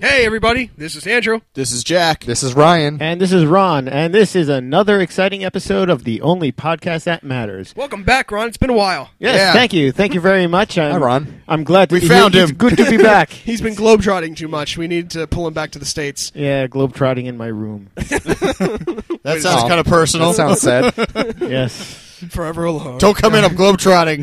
Hey, everybody, this is Andrew. This is Jack. This is Ryan. And this is Ron, and this is another exciting episode of the only podcast that matters. Welcome back, Ron. It's been a while. Yes, Yeah. thank you, thank you very much. I'm, Hi, Ron. I'm glad to We be found here. It's him. good to be back. He's been globetrotting too much. We need to pull him back to the States. yeah, globetrotting in my room. That sounds Oh, kind of personal. That sounds sad. yes, Forever alone. Don't come in. I'm globetrotting.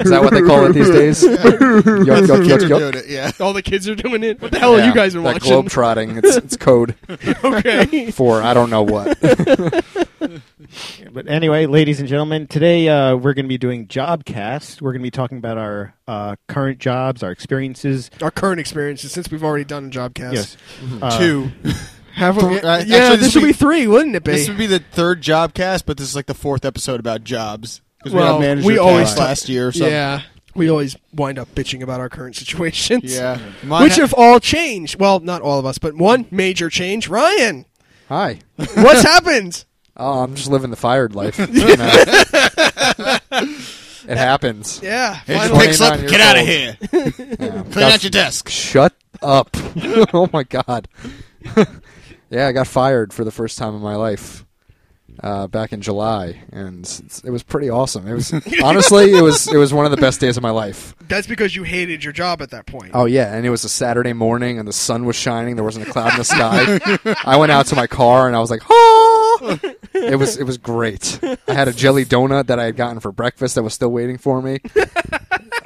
Is that what they call it these days? Yuck, yuck, yuck, You're yuck. doing it, Yeah. All the kids are doing it. What the hell are Yeah, you guys are that watching? globetrotting. It's, it's code okay. for I don't know what. but anyway, ladies and gentlemen, today uh, we're going to be doing Jobcast. We're going to be talking about our uh, current jobs, our experiences. Our current experiences since we've already done a Jobcast. Yes, Hmm. Uh, Two. Have we, Th- uh, yeah, actually, this would be, three, wouldn't it be? This would be the third job cast, but this is like the fourth episode about jobs. 'Cause Well, we, had a manager we always cast talk- last year or something. yeah. We always wind up bitching about our current situations. Yeah. Mine Which ha- have all changed. Well, not all of us, but one major change. Ryan, Hi. what's happened? Oh, I'm just living the fired life. You know. it happens. Yeah. It just finally. picks up. 29 Get out of here. years Clean Yeah. out your desk. Shut up. oh my god. yeah, I got fired for the first time in my life. Uh, back in July, and it's- it was pretty awesome. It was honestly, it was it was one of the best days of my life. That's because you hated your job at that point. Oh yeah, and it was a Saturday morning, and the sun was shining. There wasn't a cloud in the sky. I went out to my car, and I was like, "Oh!" It was it was great. I had a jelly donut that I had gotten for breakfast that was still waiting for me.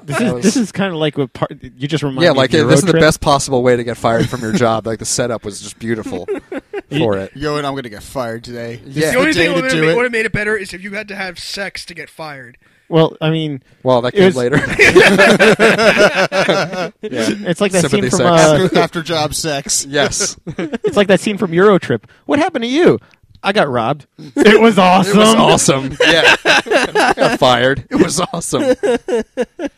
this is this is kind of like what part you just remind yeah, me like of it, your this is road the trip. best possible way to get fired from your job. Like the setup was just beautiful for it. Yo, and I'm gonna get fired today. This Yeah. is The only the day thing that to would have do made, it. would've made it better is if you had to have sex to get fired. Well, I mean, Well, that It came was- later. yeah. it's like that scene Sympathy from sex. uh, after, after job sex. Yes. It's like that scene from Eurotrip. What happened to you? I got robbed. It was awesome. It was awesome. Yeah. I got fired. It was awesome.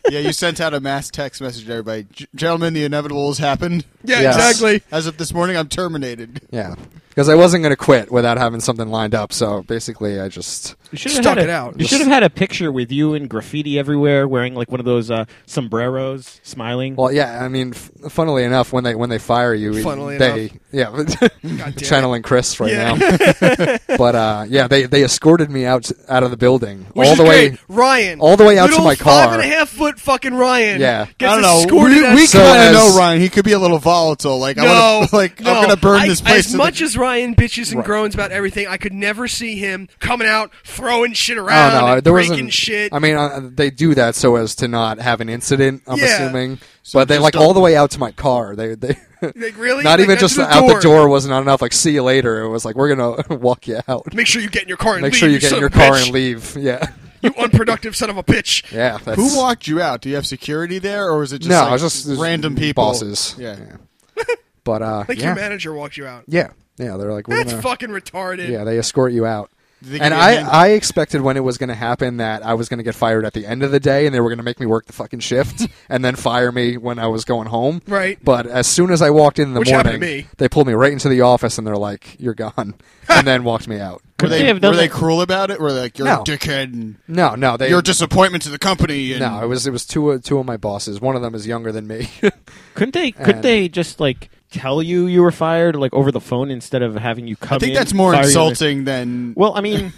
yeah, you sent out a mass text message to everybody. G- gentlemen, the inevitable has happened. Yeah, Yes. exactly. As of this morning, I'm terminated. Yeah. Because I wasn't going to quit without having something lined up. So basically, I just. You should Stuck had a, it out. You should have had a picture with you in graffiti everywhere, wearing like one of those uh, sombreros, smiling. Well, yeah. I mean, f- funnily enough, when they when they fire you, it- Funnily they enough. yeah, damn it. channeling Chris right Yeah. now. but uh, yeah, they they escorted me out out of the building Which all is the way. great. Ryan, all the way out to little my Five car. and a half foot fucking Ryan. Yeah. gets I don't know. escorted We, out- we So kind as- of know Ryan. He could be a little volatile. Like no, I want to, like no. I'm gonna burn I- this place. As to the- much as Ryan bitches and Right. groans about everything, I could never see him coming out throwing shit around, Oh no, and there breaking wasn't. shit. I mean, uh, they do that so as to not have an incident. I'm Yeah. assuming, So but they just like don't- all the way out to my car. They they like really, not Like, even that's just the out the door was not enough. Like see you later. It was like we're gonna walk you out. Make sure you get in your car and Make leave. sure you you get son in your of a car bitch. and leave. Yeah, You unproductive son of a bitch. yeah. That's, Who walked you out? Do you have security there, or was it just No, like it was just there's random people? bosses. Yeah. But uh, Like yeah. your manager walked you out. yeah, yeah. They're like, we're That's gonna, fucking retarded. yeah. They escort you out. Did they give And you a hand? I, I expected when it was going to happen that I was going to get fired at the end of the day and they were going to make me work the fucking shift and then fire me when I was going home. Right. But as soon as I walked in the Which happened morning, to me. they pulled me right into the office and they're like, "You're gone," and then walked me out. Were Could they, they have done were they that? cruel about it? Were they like you're No. a dickhead and No, no, they you're a disappointment to the company? And no. It was it was two of- two of my bosses. One of them is younger than me. couldn't they? Could And- they just like tell you you were fired, like over the phone, instead of having you come? I think in, that's more fire you, and- insulting than Well, I mean,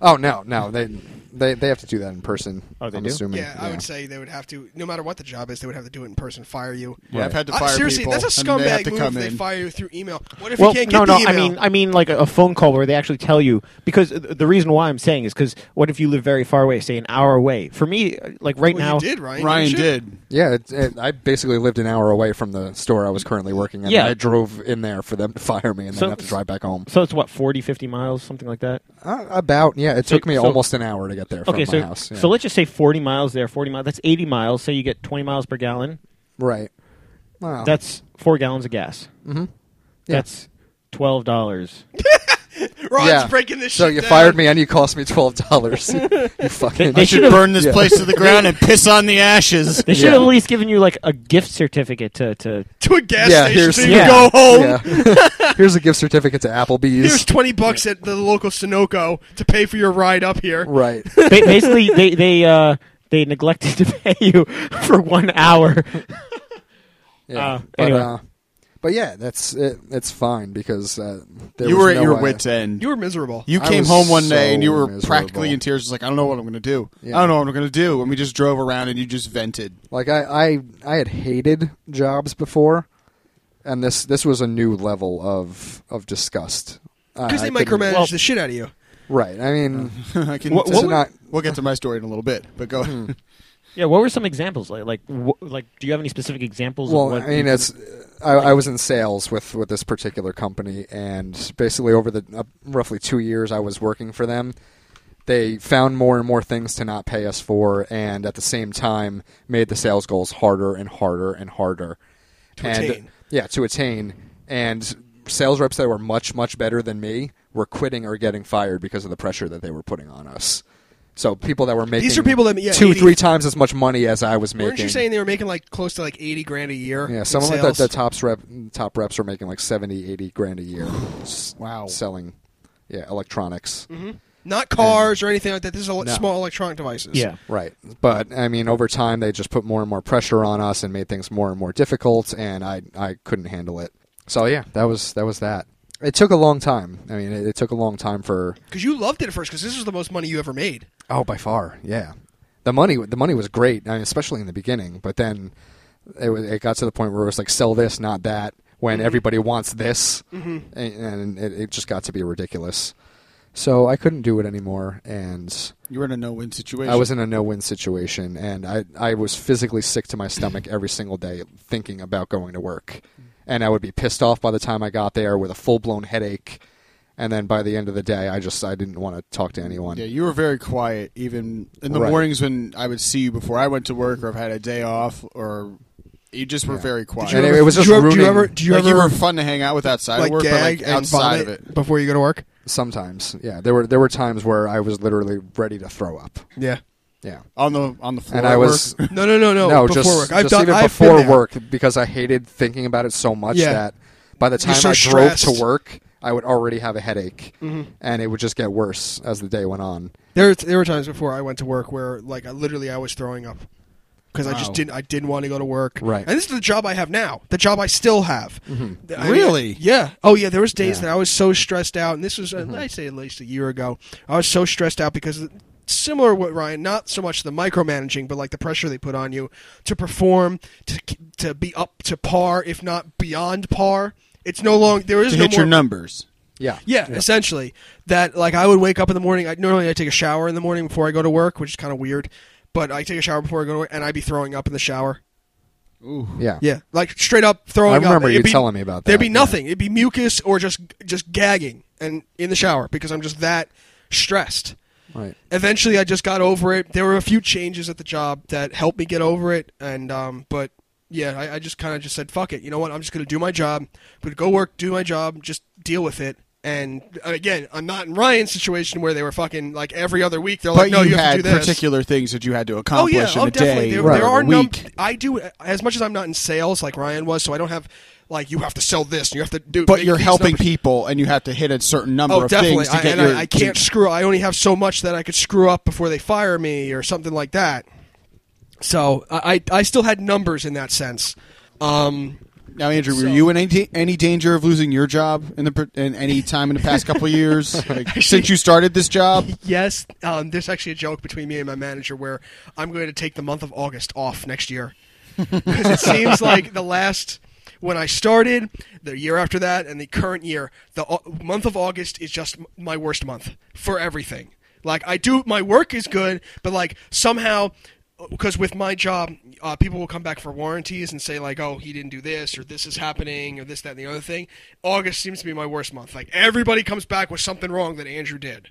oh no, no, they they they have to do that in person. Oh, they I'm do? assuming. Yeah, I would say they would have to, no matter what the job is, they would have to do it in person, fire you. Yeah, I've had to I- fire seriously, people. that's a and they have scumbag to move. come if They in. fire you through email. What if well, you can't no, get no. the email? I mean, I mean, like a, a phone call where they actually tell you because th- the reason why I'm saying is because what if you live very far away, say an hour away? For me, uh, like right well, now, you did Ryan. Ryan You should- did. Yeah, it, it, I basically lived an hour away from the store I was currently working at. and Yeah. I drove in there for them to fire me and So- then have to drive back home. So it's what 40, 50 miles, something like that. Uh, about yeah, it So- took me so- almost an hour to get there from okay, my so house. yeah. so let's just say forty miles there, forty miles. That's eighty miles. So you get twenty miles per gallon. right. Wow. That's four gallons of gas. Mm-hmm. Uh-huh. Yeah. That's twelve dollars. Ron's yeah. breaking this. So shit you down. fired me and you cost me twelve dollars. you fucking. They I should should've- burn this Yeah. place to the ground and piss on the ashes. They should Yeah. have at least given you like a gift certificate to to. to a gas Yeah, station. here's- so you yeah. can go Oh, home. Yeah. Here's a gift certificate to Applebee's. Here's twenty bucks at the local Sunoco to pay for your ride up here. right. They, basically, they they uh, they neglected to pay you for one hour. Yeah. Uh, but, anyway. uh, but yeah, that's it, it's fine because uh, there you was were at no your way- wit's end. You were miserable. You I came was home one day and you so were miserable. practically in tears. Just like I don't know what I'm going to do. Yeah. I don't know what I'm going to do. And we just drove around and you just vented. Like I, I I had hated jobs before, and this this was a new level of of disgust. I- because I they couldn't- micromanage Well- the shit out of you. Right. I mean, I can, What- this is would- not. we'll get to my story in a little bit, but go. ahead. Yeah, what were some examples like? Like, wh- like, do you have any specific examples? of Well, what I mean, it's. I, I was in sales with, with this particular company, and basically over the uh, roughly two years I was working for them, they found more and more things to not pay us for, and at the same time made the sales goals harder and harder and harder. To And- attain. Yeah, to attain. And sales reps that were much much better than me were quitting or getting fired because of the pressure that they were putting on us. So people that were making These are people that- yeah, two 80 three times as much money as I was making. Weren't you saying they were making like close to like eighty grand a year? Yeah, in someone like that, sales? the tops rep, top reps are making like 70, 80 grand a year. s- Wow. Selling, yeah, electronics. Not cars or anything like that. This is all No. small electronic devices. yeah, Right. But, I mean, over time, they just put more and more pressure on us and made things more and more difficult, and I, I couldn't handle it. So, yeah, that was that. Was that. It took a long time. I mean, it, it took a long time for. because you loved it at first. Because this was the most money you ever made. Oh, by far, yeah. The money, the money was great, I mean, especially in the beginning. But then it, wa- it got to the point where it was like, sell this, not that. When everybody wants this, and, and it, it just got to be ridiculous. So I couldn't do it anymore, and you were in a no-win situation. I was in a no-win situation, and I I was physically sick to my stomach every single day thinking about going to work, and I would be pissed off by the time I got there with a full-blown headache, and then by the end of the day, I just I didn't want to talk to anyone. Yeah, you were very quiet. Even in the Right. mornings when I would see you before I went to work, or I've had a day off, or you just were very quiet. And it- it was Did just you ever- Do you ruining- ever? Do you like ever? you were fun to hang out with outside like of work, but gag like and outside vomit of it. before you go to work. Sometimes, yeah. There were there were times where I was literally ready to throw up. Yeah. Yeah, on the on the floor. and I at was work. No, no, no, no. no, before just, work. I've just done even I've been before there. work because I hated thinking about it so much Yeah. that by the time so I drove stressed. Mm-hmm. to work, I would already have a headache, and it would just get worse as the day went on. There, there were times before I went to work where, like, I literally I was throwing up because I Wow. just didn't, I didn't want to go to work. Right. And this is the job I have now, the job I still have. Th- I- Mm-hmm. Really? Mm-hmm. yeah. Oh yeah. There was days Yeah. that I was so stressed out, and this was, uh, I'd say, at least a year ago. I was so stressed out because. of- Similar to what Ryan, not so much the micromanaging, but like the pressure they put on you to perform, to to be up to par, if not beyond par. It's no longer there is to no hit more your numbers. Yeah, yeah, essentially. That like I would wake up in the morning. I normally I take a shower in the morning before I go to work, which is kind of weird. But I take a shower before I go to work, and I'd be throwing up in the shower. yeah, Yeah, like straight up throwing. I remember up. you It'd be- telling me about that. There'd be yeah. nothing. It'd be mucus or just just gagging and in the shower because I'm just that stressed. Right. Eventually, I just got over it. There were a few changes at the job that helped me get over it, and um, but yeah, I, I just kind of just said, "Fuck it." You know what? I'm just gonna do my job. I'm gonna go work, do my job, just deal with it. And again, I'm not in Ryan's situation where they were fucking like every other week. They're But like, "No, you, you, have had to do this." particular things that you had to Oh accomplish yeah, in oh a definitely. day. There, or there a are num- week. I do as much as I'm not in sales like Ryan was, so I don't have like you have to sell this and you have to do. but make you're these helping numbers. people, and you have to hit a certain number Oh, of definitely. things to I, get and your. I, I can't screw. I only have so much that I could screw up before they fire me or something like that. So I, I I still had numbers in that sense. Um, now, Andrew, were So- you in any, da- any danger of losing your job in the per- in any time in the past couple of years like, since you started this job? yes, um, there's actually a joke between me and my manager where I'm going to take the month of August off next year. 'Cause it seems like the last when I started, the year after that, and the current year, the au- month of August is just m- my worst month for everything. Like I do, my work is good, but like somehow. Because with my job, uh, people will come back for warranties and say like, "Oh, he didn't do this, or this is happening, or this, that, and the other thing." August seems to be my worst month. Like everybody comes back with something wrong that Andrew did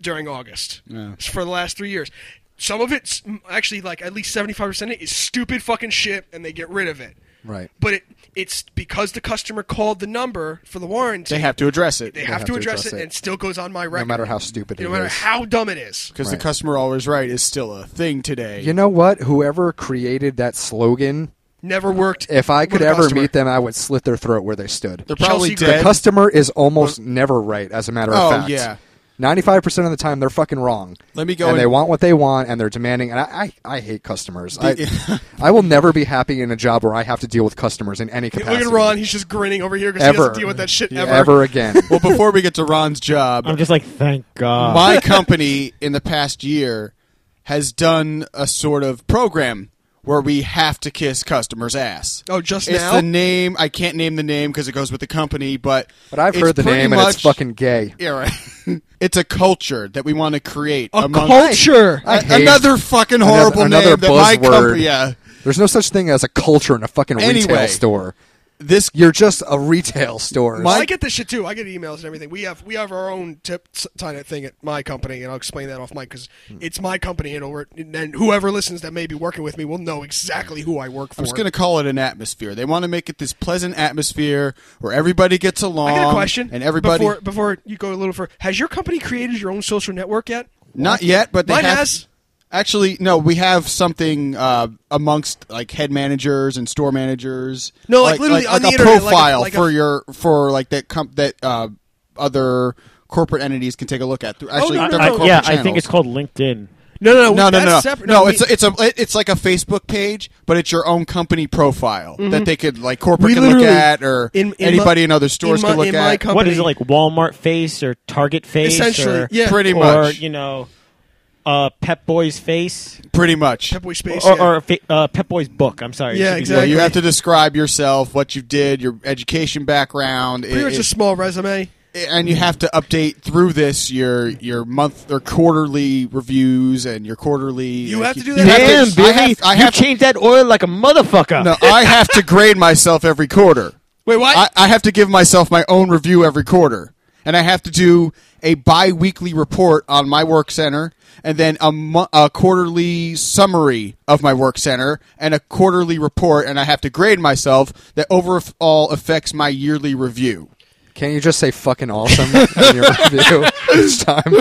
during August for the last three years. Some of it's mm, actually like at least seventy five percent of it is stupid fucking shit, and they get rid of it. Right. But it it's because the customer called the number for the warranty. They have to address it they have, to, address, it, and it still goes on my No record. matter how stupid it is. no matter how dumb it is. because Right. the customer always right is still a thing today. you know what? Whoever created that slogan, Never worked. if I with could a ever customer. meet them, I would slit their throat where they stood. They're probably Chelsea dead. The customer is almost never right, as a matter of Oh, fact. yeah. Ninety-five percent of the time, they're fucking wrong. Let me go And and- they want what they want, and they're demanding. And I, I, I hate customers. I, I will never be happy in a job where I have to deal with customers in any capacity. Look at Ron; he's just grinning over here because he Ever. doesn't deal with that shit ever. ever again. well, before we get to Ron's job, I'm just like, thank God. my company in the past year has done a sort of program where we have to kiss customers' ass. Oh, just it's now? the name. I can't name the name because it goes with the company, but But I've it's heard the pretty name, and much- it's fucking gay. Yeah, right. it's a culture that we want to create. A among- culture. I A- hate- another fucking horrible another, name that my buzzword. company. Yeah, There's no such thing as a culture in a fucking Anyway. retail store. this You're just a retail store. I get this shit too. I get emails and everything. We have we have our own tip s- kind of thing at my company, and I'll explain that off mic because Hmm. it's my company, and, over, and then whoever listens that may be working with me will know exactly who I work for. I'm just going to call it an atmosphere. They want to make it this pleasant atmosphere where everybody gets along. I got a question. And everybody. before before you go a little further, has your company created your own social network yet? Not yet, but they Mine have. has. Actually, no. We have something uh, amongst like head managers and store managers. No, like, literally like, on like the a internet, like a- profile like a- for your for like that comp that uh, other corporate entities can take a look at. Through, actually, Oh, no, no, no. through our I- I, corporate yeah, I channels. think it's called LinkedIn. No, no, No, no, that's no, no. Separate. no we- it's it's a it- it's like a Facebook page, but it's your own company profile that they could like corporate Mm-hmm. We can look literally- at, or in- in anybody my- in other stores in my- could look in at. my company- What is it like? Walmart face or Target face? Essentially, or, yeah. Pretty Or much. you know, uh, Pep Boys face Pretty much. Pep Boy Space. or, yeah. or fa- uh, Pep Boys book. I'm sorry. it Yeah, Yeah, should be- you Exactly. have to describe yourself, what you did, your education background, pretty it- much a small resume. it- and you have to update through this your your month or quarterly reviews and your quarterly. You have to do you that? Damn, have to- Billy, I have, I you have- changed that oil like a motherfucker. no, I have to grade myself every quarter. Wait, what? I, I have to give myself my own review every quarter, and I have to do a bi-weekly report on my work center, and then a, mo- a quarterly summary of my work center, and a quarterly report, and I have to grade myself that overall affects my yearly review. Can't you just say fucking awesome in your review each time?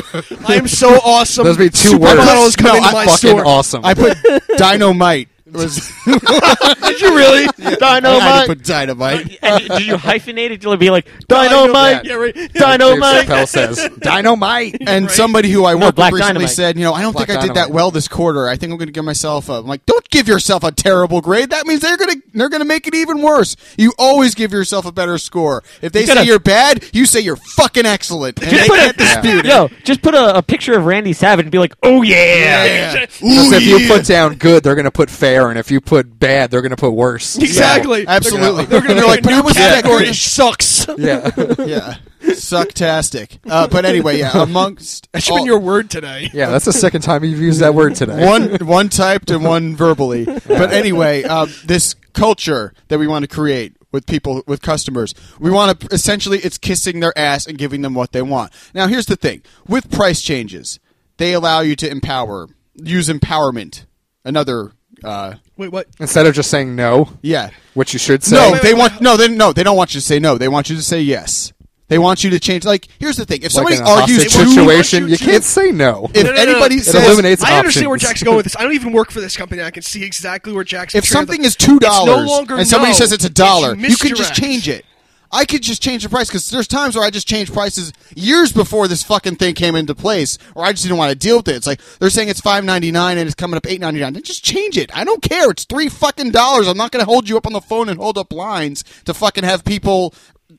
I am so awesome. Those would be two Super words. models come No, into I- my fucking store. awesome. I put dynamite. It was- Did you really? I had to Dynamite. put dynamite. and did you hyphenate it? Did it be like Dynamite. dynamite? Yeah, right. Dave Dynamite. Chappelle says dynamite. And somebody who I worked Black with recently Dynamite. said, you know, I don't Black think I did that Dynamite. well this quarter. I think I'm going to give myself a. I'm like, don't give yourself a terrible grade. That means they're going to they're going to make it even worse. You always give yourself a better score. If they You say gotta- you're bad, you say you're fucking excellent. And they Just put can't a, dispute it. yo, just put a, a picture of Randy Savage and be like, oh yeah. Yeah. Because Ooh, if you yeah. put down good, they're going to put fair, and if you put bad, they're going to put worse. Exactly. Absolutely. They're going to They're like like, new "But I was that category. good." sucks. Yeah. Yeah. yeah, sucktastic. Uh, but anyway, yeah, amongst That should have all- been your word today. Yeah, that's the second time you've used that word today. one one typed and one verbally. But anyway, um, this culture that we want to create with people with customers, we want to essentially it's kissing their ass and giving them what they want. Now, here's the thing: with price changes, they allow you to empower, use empowerment. Another, uh, Wait, what? Instead of just saying no, yeah. which you should say. No, wait, they wait, want no. They no. They don't want you to say no. They want you to say yes. They want you to change. Like here's the thing: if like somebody in a argues hostage They want too, you situation, to- you can't say no. if No, no, no, no. anybody It says eliminates- It's I understand where options. Jack's going with this. I don't even work for this company. I can see exactly where Jack's. if trail of something thought- is two It's dollars no longer and somebody no. says it's a It's dollar, you can misdirect. just change it. I could just change the price because there's times where I just changed prices years before this fucking thing came into place, or I just didn't want to deal with it. It's like they're saying it's five ninety nine and it's coming up eight ninety nine. Then just change it. I don't care. It's three fucking dollars. I'm not going to hold you up on the phone and hold up lines to fucking have people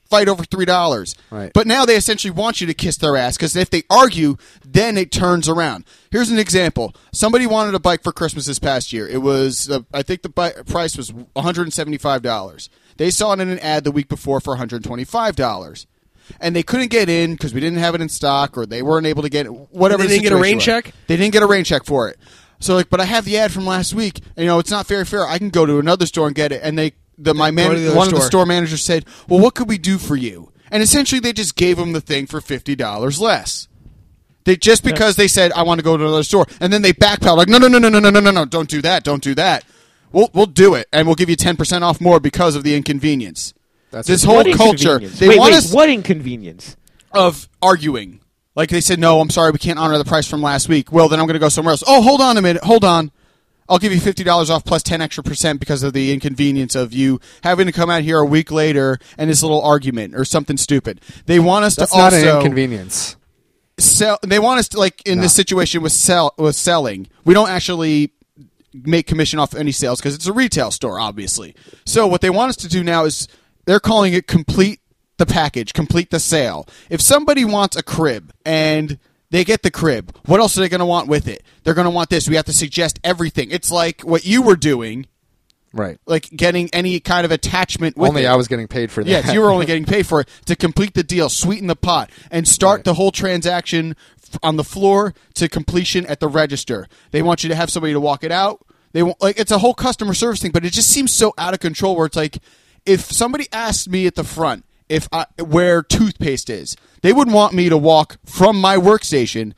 fight over three dollars. Right. But now they essentially want you to kiss their ass because if they argue, then it turns around. Here's an example: somebody wanted a bike for Christmas this past year. It was, uh, I think, the bi- price was 175 dollars. They saw it in an ad the week before for 125 dollars, and they couldn't get in because we didn't have it in stock, or they weren't able to get it, whatever. They the didn't get a situation rain was. check? They didn't get a rain check for it. So like, but I have the ad from last week. You know, it's not fair. Fair. I can go to another store and get it. And they, the my Go to the man, other one of the store. store managers said, "Well, what could we do for you?" And essentially, they just gave him the thing for fifty dollars less. They just because they said, "I want to go to another store," and then they backpedal like, "No, no, no, no, no, no, no, no, no! Don't do that! Don't do that! We'll we'll do it, and we'll give you ten percent off more because of the inconvenience." That's this What whole culture. inconvenience? They wait, want wait, us what inconvenience? of arguing. Like they said, no, I'm sorry, we can't honor the price from last week. Well, then I'm going to go somewhere else. Oh, hold on a minute, hold on. I'll give you fifty dollars off plus ten extra percent because of the inconvenience of you having to come out here a week later and this little argument or something stupid. They want us that's to not also an inconvenience. sell. They want us to, like in this situation with sell with selling. We don't actually make commission off any sales because it's a retail store, obviously. So what they want us to do now is they're calling it complete the package, complete the sale. If somebody wants a crib and they get the crib, what else are they going to want with it? They're going to want this. We have to suggest everything. It's like what you were doing, Right. like getting any kind of attachment. With Only it. I was getting paid for that. Yes, you were only getting paid for it to complete the deal, sweeten the pot, and start the whole transaction f- on the floor to completion at the register. They want you to have somebody to walk it out. They want like it's a whole customer service thing, but it just seems so out of control. Where it's like, if somebody asked me at the front if I, where toothpaste is, they would want me to walk from my workstation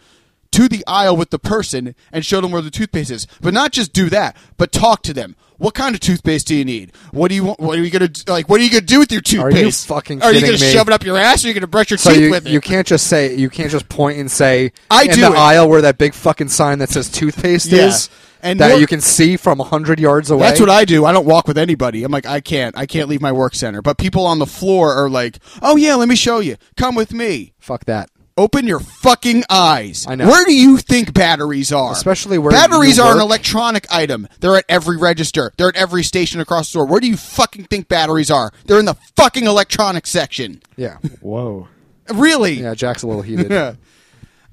to the aisle with the person and show them where the toothpaste is. But not just do that, but talk to them. What kind of toothpaste do you need? What do you want? What are you gonna do? like? What are you gonna do with your Are toothpaste? you fucking Are you kidding gonna me? shove it up your ass? Or are you gonna brush your So teeth you, with it? you can't just say you can't just point and say I in do the it. aisle where that big fucking sign that says toothpaste Yeah. is And that what- you can see from hundred yards away. That's what I do. I don't walk with anybody. I'm like, I can't. I can't leave my work center. But people on the floor are like, Oh yeah, let me show you. Come with me. Fuck that. Open your fucking eyes. I know. Where do you think batteries are? Especially where batteries you are an work. electronic item. They're at every register. They're at every station across the store. Where do you fucking think batteries are? They're in the fucking electronic section. Yeah. Whoa. Really? Yeah. Jack's a little heated. Yeah.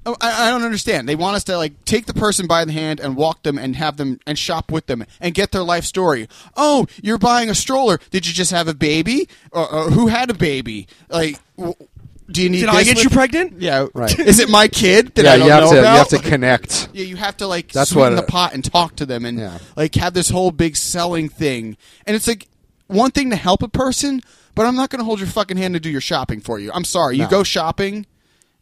I, I don't understand. They want us to like take the person by the hand and walk them and have them and shop with them and get their life story. Oh, you're buying a stroller. Did you just have a baby? Or, or who had a baby? Like, w- do you need? Did I this get with- you pregnant? Yeah, Right. Is it my kid that yeah. I don't You have know to about? you have to connect. Yeah, you have to like That's sweeten what- the pot and talk to them and Yeah. like have this whole big selling thing. And it's like one thing to help a person, but I'm not going to hold your fucking hand to do your shopping for you. I'm sorry. You No. go shopping,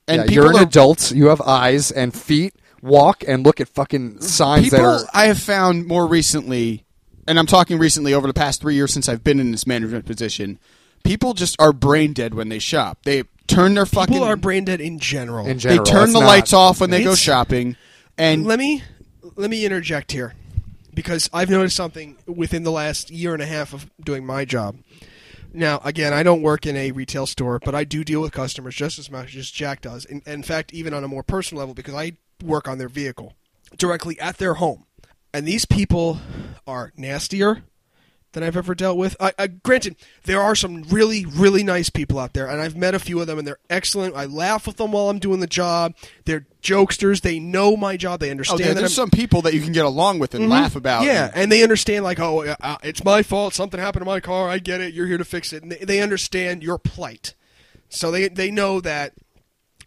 and yeah, people you're an are, adult. You have eyes and feet. Walk and look at fucking signs people that are. I have found more recently, and I'm talking recently over the past three years since I've been in this management position. People just are brain dead when they shop. They turn their fucking People are brain dead in general. In they general, turn it's the not- lights off when they go It's- shopping, and let me let me interject here because I've noticed something within the last year and a half of doing my job. Now, again, I don't work in a retail store, but I do deal with customers just as much as Jack does. In, in fact, even on a more personal level, because I work on their vehicle directly at their home, and these people are nastier than I've ever dealt with. I, I, granted, there are some really, really nice people out there, and I've met a few of them, and they're excellent. I laugh with them while I'm doing the job. They're jokesters. They know my job. They oh, understand. there- that there's I'm- Mm-hmm. some people that you can get along with and laugh about. yeah, and they understand like, oh, uh, uh, it's my fault. Something happened to my car. I get it. You're here to fix it. And they, they understand your plight, so they they know that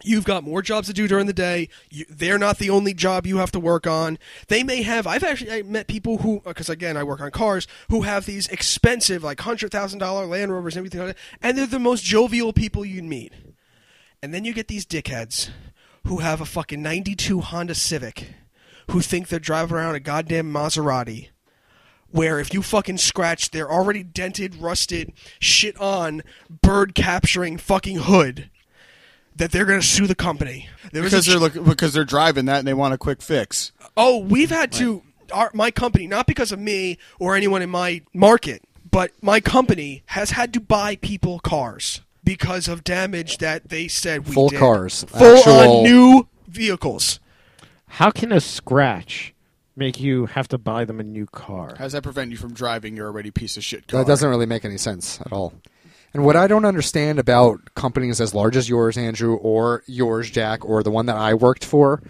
you've got more jobs to do during the day. You, they're not the only job you have to work on. They may have. I've actually I met people who, because again, I work on cars, who have these expensive like hundred thousand dollar Land Rovers and everything like that, and they're the most jovial people you'd meet. And then you get these dickheads who have a fucking 92 Honda Civic who think they're driving around a goddamn Maserati where if you fucking scratch their already dented, rusted, shit on, bird capturing fucking hood that they're going to sue the company. There was a because ch- they're look, because they're driving that and they want a quick fix. Oh, we've had to our, my company, not because of me or anyone in my market, but my company has had to buy people cars because of damage that they said we Full did. cars. full Actual- on new vehicles. How can a scratch make you have to buy them a new car? How does that prevent you from driving your already piece of shit car? That doesn't really make any sense at all. And what I don't understand about companies as large as yours, Andrew, or yours, Jack, or the one that I worked for,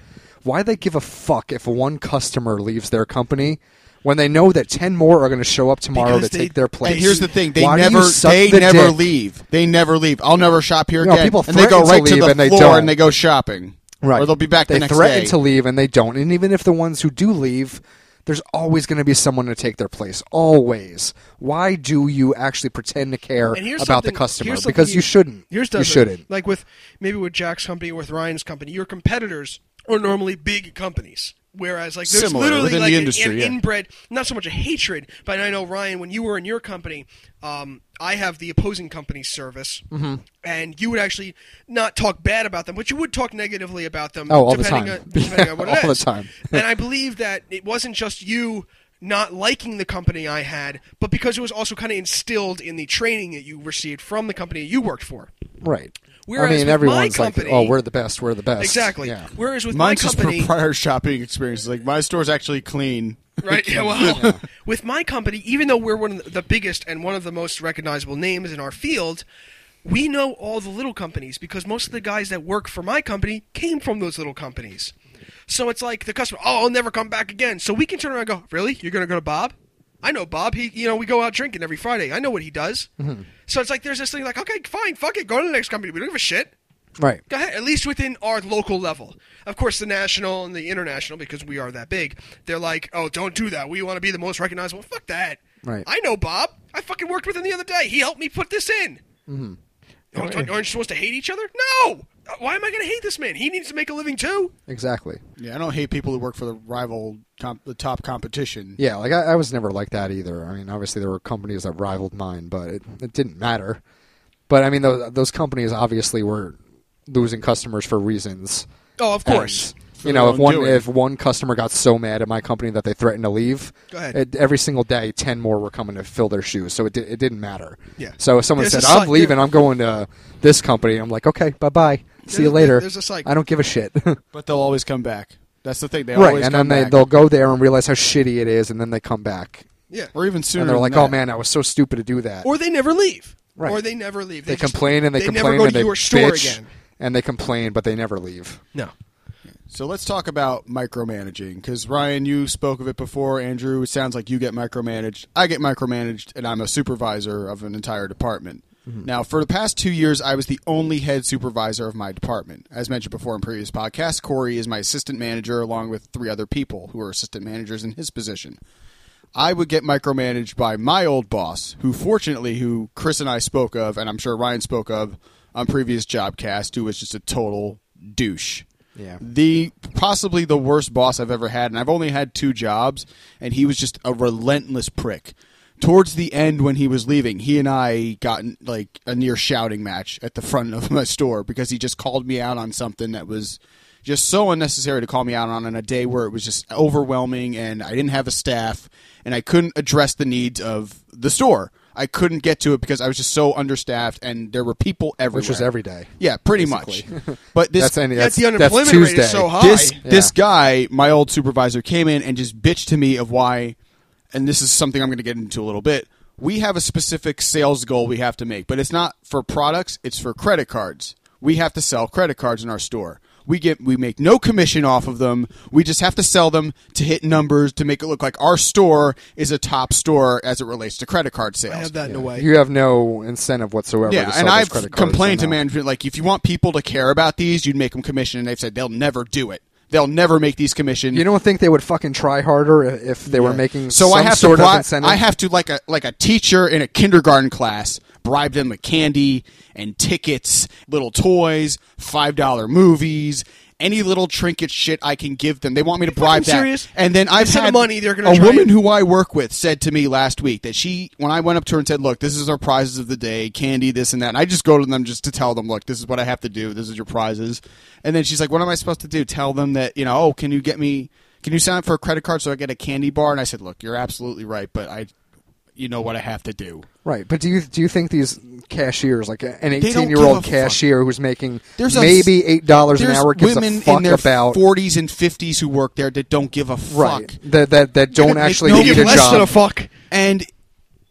why they give a fuck if one customer leaves their company when they know that 10 more are going to show up tomorrow Because to they- take their And place. here's the thing: they Why do you never, suck they the never dick? leave. They never leave. I'll never shop here No, again. people and they go threaten to right to, leave the and they floor don't. and they go shopping. Right. Or they'll be back They the next threaten day. to leave and they don't. And even if the ones who do leave, there's always going to be someone to take their place. Always. Why do you actually pretend to care And here's about the something- customer? here's something Because you shouldn't. Here's you doesn't. shouldn't. Like with maybe with Jack's company or with Ryan's company, your competitors are normally big companies. Whereas like there's Similar, literally within like the an- industry, an, yeah. inbred, not so much a hatred, but I know Ryan, when you were in your company, um, I have the opposing company service, Mm-hmm. and you would actually not talk bad about them, but you would talk negatively about them. Oh, all the depending time. On, depending on what it All the is. time. and I believe that it wasn't just you not liking the company I had, but because it was also kind of instilled in the training that you received from the company you worked for Right. Whereas I mean, with everyone's my like, company, "Oh, we're the best. We're the best." exactly. Yeah. Whereas with my Mine's just for company, prior shopping experiences. Like my store's actually clean. right? Yeah, well, with my company, even though we're one of the biggest and one of the most recognizable names in our field, we know all the little companies because most of the guys that work for my company came from those little companies. So it's like the customer, oh, I'll never come back again. So we can turn around and go, really? You're going to go to Bob? I know Bob. He, you know, we go out drinking every Friday. I know what he does. So it's like there's this thing like, okay, fine, fuck it, go to the next company. We don't give a shit. Right. Go ahead, at least within our local level. Of course, the national and the international, because we are that big, they're like, oh, don't do that. We want to be the most recognizable. Fuck that. Right. I know Bob. I fucking worked with him the other day. He helped me put this in. Mm-hmm. Aren't, aren't you supposed to hate each other? No! Why am I going to hate this man? He needs to make a living too. Exactly. Yeah, I don't hate people who work for the rival, comp- the top competition. Yeah, like I, I was never like that either. I mean, obviously there were companies that rivaled mine, but it, it didn't matter. But I mean, those, those companies obviously were losing customers for reasons. Oh, of course. And, For you their know, if own one doing. if one customer got so mad at my company that they threatened to leave, Go ahead. It, every single day, ten more were coming to fill their shoes, so it, di- it didn't matter. Yeah. So if someone There's said, a "I'm cy- leaving, I'm going to this company," I'm like, "Okay, bye bye, see you There's- later." there's a cycle. I don't give a shit. But they'll always come back. That's the thing. They right, always and come then they, back. they'll go there and realize how shitty it is, and then they come back, Yeah. or even sooner. and they're than like, that. "Oh man, I was so stupid to do that." Or they never leave. Right. Or they never leave. they, just- complain and they, complain never go and to they your store bitch, again. and they complain, but they never leave. No. So let's talk about micromanaging because Ryan, you spoke of it before. Andrew, it sounds like you get micromanaged. I get micromanaged, and I'm a supervisor of an entire department. Now, for the past two years, I was the only head supervisor of my department. As mentioned before in previous podcasts, Corey is my assistant manager along with three other people who are assistant managers in his position. I would get micromanaged by my old boss, who fortunately, who Chris and I spoke of, and I'm sure Ryan spoke of on previous Jobcast, who was just a total douche. Yeah. The possibly the worst boss I've ever had, and I've only had two jobs, and he was just a relentless prick. Towards the end, when he was leaving, he and I got in, like a near shouting match at the front of my store because he just called me out on something that was just so unnecessary to call me out on on a day where it was just overwhelming and I didn't have a staff and I couldn't address the needs of the store. I couldn't get to it because I was just so understaffed and there were people everywhere. was every day, Yeah, pretty much. But this That's any. That's, the that's unemployment rate is Tuesday. so high. this Hi. this guy, my old supervisor, came in and just bitched to me of why, and this is something I'm going to get into a little bit. We have a specific sales goal we have to make, but it's not for products; it's for credit cards. We have to sell credit cards in our store. We get we make no commission off of them. We just have to sell them to hit numbers to make it look like our store is a top store as it relates to credit card sales. I have that in a way. You have no incentive whatsoever. Yeah, to sell and those I've credit cards, complained so to no. management like if you want people to care about these, you'd make them commission, and they've said they'll never do it. They'll never make these commission. You don't think they would fucking try harder i- if they were making so some I have sort to bri- of incentive? I have to like a like a teacher in a kindergarten class bribe them with candy and tickets, little toys, five dollar movies. Any little trinket shit I can give them, they want me to bribe fucking that. serious? And then I've Instead of had money, they're gonna a try woman and- who I work with said to me last week that she, when I went up to her and said, "Look, this is our prizes of the day, candy, this and that," and I just go to them just to tell them, "Look, this is what I have to do. This is your prizes," and then she's like, "What am I supposed to do? Tell them that you know? Oh, can you get me? Can you sign up for a credit card so I get a candy bar?" And I said, "Look, you're absolutely right, but I, you know what I have to do." right, but do you do you think these cashiers, like a- an don't eighteen-year-old give a fuck. cashier who's making There's a- maybe eight dollars an There's hour, gives women a fuck in their about 40s and 50s who work there that don't give a fuck. right that that that don't make actually no You need give a difference. less job. than a fuck. and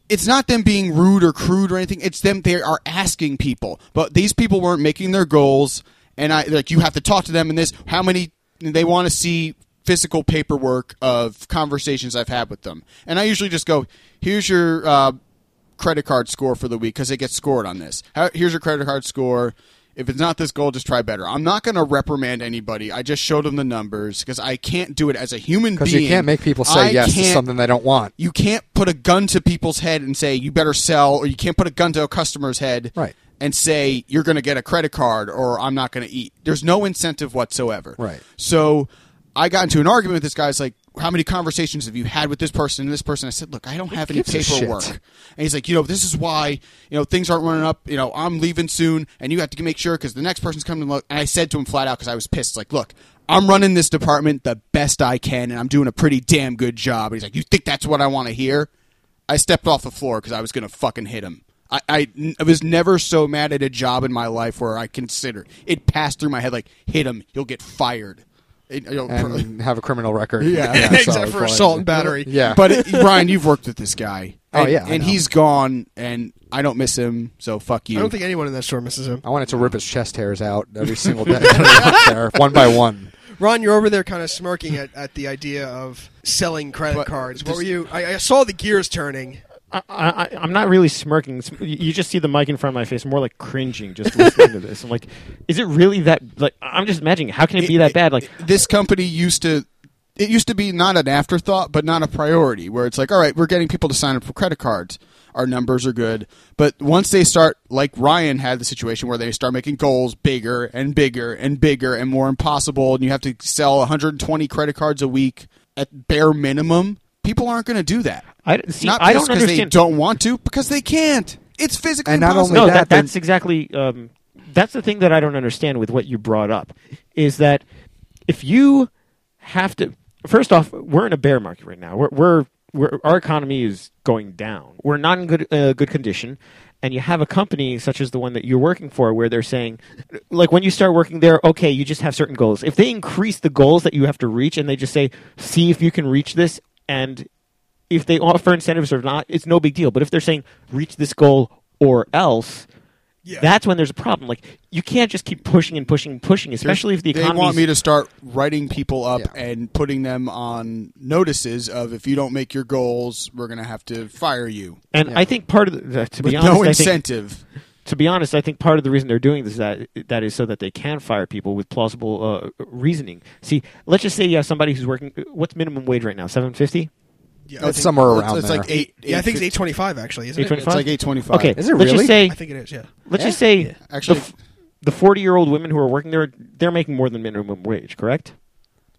it's not them being rude or crude or anything. It's them they are asking people, but these people weren't making their goals, and I like you have to talk to them in this. How many they want to see physical paperwork of conversations I've had with them, and I usually just go, "Here's your uh, credit card score for the week because it gets scored on this. How, here's your credit card score." If it's not this goal, just try better. I'm not going to reprimand anybody. I just showed them the numbers because I can't do it as a human being. because you can't make people say I yes to can't- something they don't want. you can't put a gun to people's head and say you better sell or you can't put a gun to a customer's head Right. and say you're going to get a credit card or I'm not going to eat. There's no incentive whatsoever. Right. So I got into an argument with this guy. It's like, how many conversations have you had with this person and this person? I said, look, I don't have any gives a shit? paperwork. And he's like, you know, this is why, you know, things aren't running up. You know, I'm leaving soon and you have to make sure because the next person's coming. to look. And I said to him flat out because I was pissed, like, look, I'm running this department the best I can and I'm doing a pretty damn good job. And he's like, you think that's what I want to hear? I stepped off the floor because I was going to fucking hit him. I, I, I was never so mad at a job in my life where I considered it passed through my head like hit him, you'll get fired. It- you know, and have a criminal record. Yeah. so except for probably- assault and battery. Yeah, But it, Ryan, you've worked with this guy. Oh, And- yeah, I and know. he's gone, and I don't miss him. So fuck you. I don't think anyone in that store misses him. I wanted to rip his chest hairs out every single day. Out there, one by one. Ron, you're over there kind of smirking at, at the idea of selling credit But cards. What this- were you? I, I saw the gears turning. I, I, I'm not really smirking. It's- You you just see the mic in front of my face. I'm more like cringing just listening to this. I'm like, is it really that? Like, I'm just imagining. How can it be that bad? Like, this company used to it used to be not an afterthought but not a priority where it's like all right we're getting people to sign up for credit cards our numbers are good but once they start like ryan had the situation where they start making goals bigger and bigger and bigger and more impossible and you have to sell 120 credit cards a week at bare minimum people aren't going to do that I see. not I don't because they understand. don't want to because they can't it's physically And not impossible. only no, that, that, then- that's exactly. Um, that's the thing that I don't understand with what you brought up, is that if you have to, first off, we're in a bear market right now. We're, we're, we're our economy is going down. We're not in good uh, good condition, and you have a company such as the one that you're working for, where they're saying, like when you start working there, okay, you just have certain goals. If they increase the goals that you have to reach, and they just say, see if you can reach this, and if they offer incentives or not, it's no big deal. But if they're saying reach this goal or else, Yeah. that's when there's a problem. Like you can't just keep pushing and pushing and pushing, especially if the they economy. want me to start writing people up Yeah. and putting them on notices of if you don't make your goals, we're gonna have to fire you And I think part of the, to with be honest, no I think incentive. to be honest, I think part of the reason they're doing this is that that is so that they can fire people with plausible uh, reasoning. See, let's just say you have somebody who's working. What's minimum wage right now? Seven fifty. Yeah, I It's think- somewhere it's, around it's there. like eight. Yeah, I think it's eight. eight twenty five actually, isn't it? It's like eight twenty-five. Okay, Is it let's really? Just say, I think it is. Yeah. let's just say Actually- the, f- the 40 year old women who are working there they're making more than minimum wage correct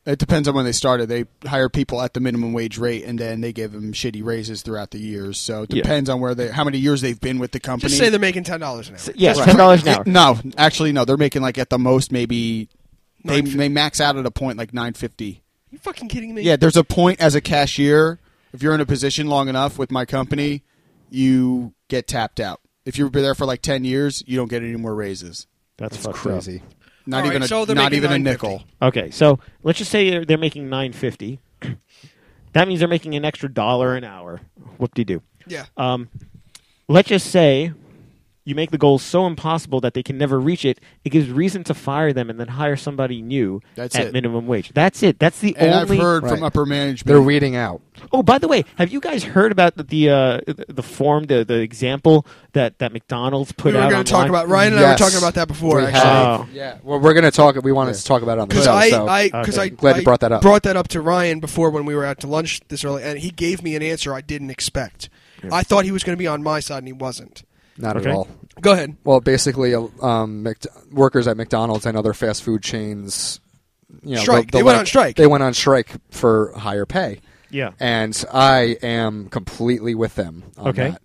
It depends on when they started. They hire people at the minimum wage rate, and then they give them shitty raises throughout the years. So it Yeah. depends on where they, how many years they've been with the company. Just say they're making ten dollars an hour. yes ten dollars an hour No, actually, no. They're making like at the most maybe they, Nine fif- they max out at a point like nine fifty. you fucking kidding me? Yeah, there's a point as a cashier. If you're in a position long enough with my company, you get tapped out. If you've been there for like ten years, you don't get any more raises. that's, fucked up. crazy. Not All right, even a, so they're not making even a 9.50. nickel. okay so let's just say they're, they're making 950 that means they're making an extra dollar an hour whoop-de-doo Yeah. um, let's just say you make the goal so impossible that they can never reach it it gives reason to fire them and then hire somebody new That's at it. minimum wage that's it that's the And only I've heard from Right. upper management. They're weeding out. Oh, by the way, have you guys heard about the the, uh, the form, the the example that, that McDonald's we put were out? going to talk online? about Uh, Ryan and I were Yes. talking about that before We actually. have. have- yeah. Well, we're gonna talk. We wanted to talk about it on the Because show. I, so I, cause Okay. I, Glad you I brought that up. Brought that up to Ryan before when we were out to lunch this early, and he gave me an answer I didn't expect. I thought he was going to be on my side, and he wasn't. not Okay. at all. Go ahead. Well, basically, um, Mc- workers at McDonald's and other fast food chains, you know, Strike. the- the They went like- on strike. They went on strike for higher pay. Yeah. and I am completely with them. On Okay. that.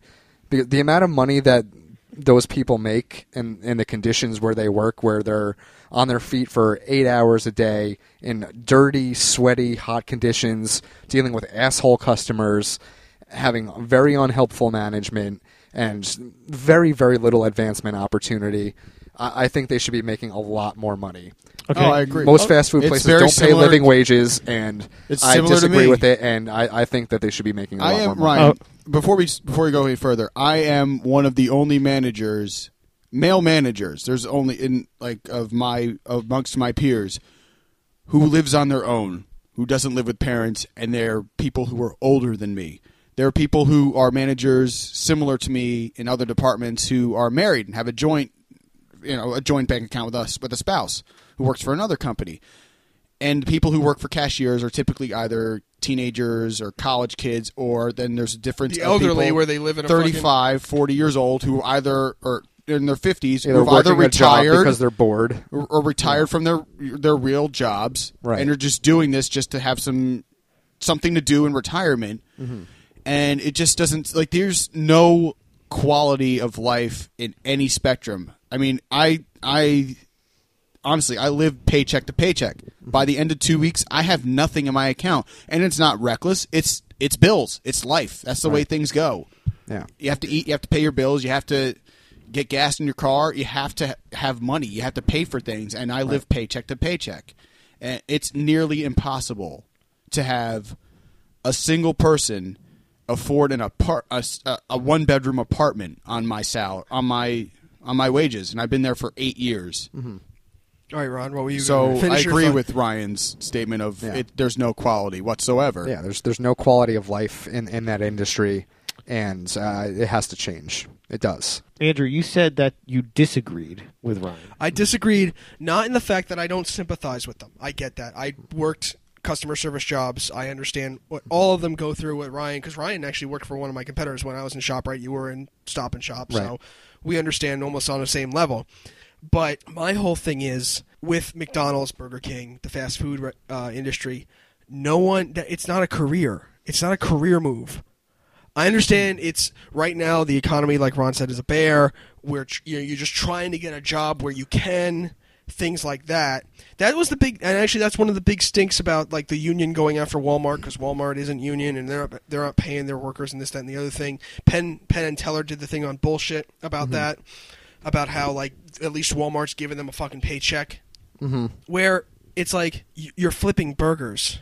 The, the amount of money that those people make and in, the conditions where they work, where they're on their feet for eight hours a day in dirty, sweaty, hot conditions, dealing with asshole customers, having very unhelpful management, and very, very little advancement opportunity. I, I think they should be making a lot more money. Okay. Oh, I agree. Most fast food It's places very don't pay similar- living wages, and It's I similar to disagree me. with it. And I, I think that they should be making. a I lot more am money. Ryan. Before we before we go any further, I am one of the only managers, male managers. There's only in like of my amongst my peers who lives on their own, who doesn't live with parents, and they're people who are older than me. There are people who are managers similar to me in other departments who are married and have a joint, you know, a joint bank account with us with a spouse who works for another company and people who work for cashiers are typically either teenagers or college kids or then there's a difference The of elderly, people where they live in a 35 40 years old who either are in their 50s Either who've either working a job retired because they're bored. or, or retired from their their real jobs Right. and are just doing this just to have some something to do in retirement Mm-hmm. and it just doesn't like there's no quality of life in any spectrum i mean i i honestly i live paycheck to paycheck Mm-hmm. by the end of 2 weeks i have nothing in my account and it's not reckless it's it's bills it's life that's the way things go Yeah. You have to eat. You have to pay your bills. You have to get gas in your car. You have to ha- have money. You have to pay for things. And I live paycheck to paycheck, and it's nearly impossible to have a single person afford an apart a, s- a- a one bedroom apartment on my sal on my on my wages. And I've been there for eight years. Mm-hmm. All right, Ron. What were you? So I finish your agree thought. with Ryan's statement of Yeah. it, there's no quality whatsoever. Yeah, there's there's no quality of life in, in that industry, and uh, it has to change. It does. Andrew, you said that you disagreed with Ryan. I disagreed, not in the fact that I don't sympathize with them. I get that. I worked customer service jobs. I understand what all of them go through with Ryan because Ryan actually worked for one of my competitors when I was in ShopRite. You were in Stop and Shop, Right. so we understand almost on the same level. But my whole thing is with McDonald's, Burger King, the fast food uh, industry. No one. that- It's not a career. It's not a career move. I understand it's right now the economy, like Ron said, is a bear. Where tr- you know, you're just trying to get a job where you can, things like that. That was the big, and actually that's one of the big stinks about like the union going after Walmart because Walmart isn't union and they're they're not paying their workers and this that and the other thing. Penn Penn and Teller did the thing on bullshit about Mm-hmm. that, about how like at least Walmart's giving them a fucking paycheck. Mm-hmm. Where it's like y- you're flipping burgers.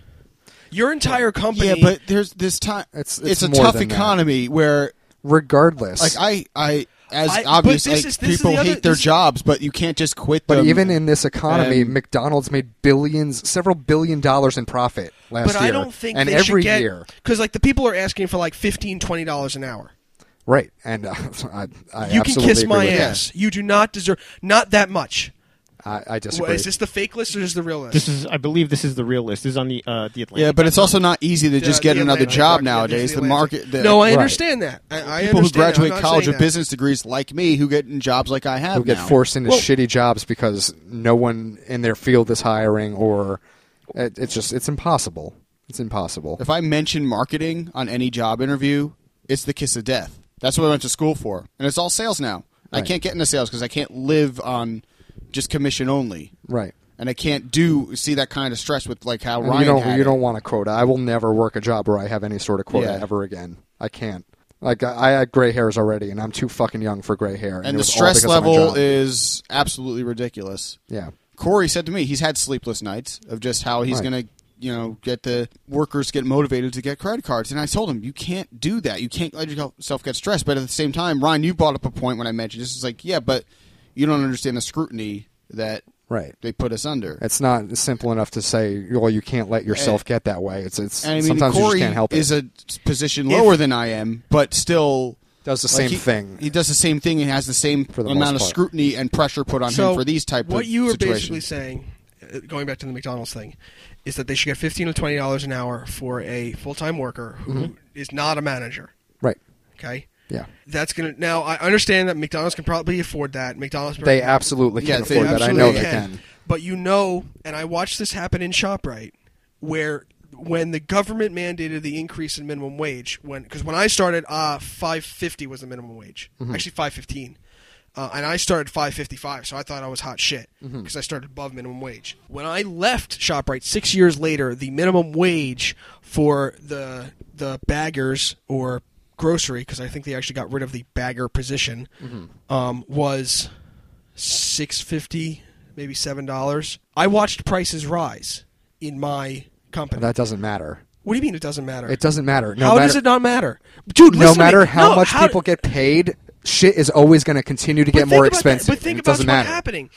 Your entire company, Yeah, but there's this time. It's It's- it's, it's a more tough than that. economy where Regardless, like I I as I- but obvious this like, is- this is people the other- hate their this- jobs, but you can't just quit. but them. even in this economy, um, McDonald's made billions, several billion dollars in profit last but year, I don't think and they every should get, year, because like the people are asking for like 15 20 dollars an hour. right? And uh, I, I you can absolutely kiss agree my with that. ass. You do not deserve not that much. I, I disagree. Well, is this the fake list or is the real list? This is, I believe, this is the real list. This is on the uh, the Atlantic. yeah, but it's also not easy to just The- get the another Atlantic Rock- job yeah, nowadays. there's The, Atlantic. market, the no, I Right. understand that. I, I people understand that. who I'm graduate not college saying with that. business degrees like me who get in jobs like I have who get now. forced into Well- shitty jobs because no one in their field is hiring, or it, it's just it's impossible. It's impossible. If I mention marketing on any job interview, it's the kiss of death. That's what I went to school for, and it's all sales now. I Right. can't get into sales because I can't live on just commission only. right. and I can't do see that kind of stress with like how And Ryan you don't had you it. don't want a quota. I will never work a job where I have any sort of quota Yeah. ever again. I can't. Like I, I had gray hairs already, and I'm too fucking young for gray hair. and it the was all stress because of my level job. is absolutely ridiculous. yeah. Corey said to me he's had sleepless nights of just how he's Right. going to you know get the workers get motivated to get credit cards and i told him you can't do that you can't let yourself get stressed but at the same time ryan you brought up a point when i mentioned this is like yeah but you don't understand the scrutiny that Right. they put us under It's not simple enough to say, well, you can't let yourself And- get that way. It's it's Eh. and i mean sometimes you corey just can't help is it. a position lower than i am but still Does the Like, same he- thing. He does the same thing and has the same For the amount most of part. scrutiny and pressure put on So him for these type what of you were basically situations. saying, uh, going back to the McDonald's thing, is that they should get 15 or 20 dollars an hour for a full time worker who is not a manager. right. Okay. Yeah. That's gonna now. I understand that McDonald's can probably afford that. McDonald's They absolutely Yeah, can they afford that. I know absolutely they can. can. But you know, and I watched this happen in Shoprite, where when the government mandated the increase in minimum wage, when because when I started, uh, five fifty was the minimum wage, Mm-hmm. actually five fifteen. Uh, and I started 555, so I thought I was hot shit because Mm-hmm. I started above minimum wage. When I left Shoprite six years later, the minimum wage for the the baggers or grocery, because I think they actually got rid of the bagger position, Mm-hmm. um, was six fifty, maybe seven dollars. I watched prices rise in my company. That doesn't matter. what do you mean it doesn't matter? It doesn't matter. No how matter, does it not matter, dude? no listen to matter me. how No, much people get paid, shit is always going to continue to But get think more about that- expensive. but think and it about doesn't what's matter. happening.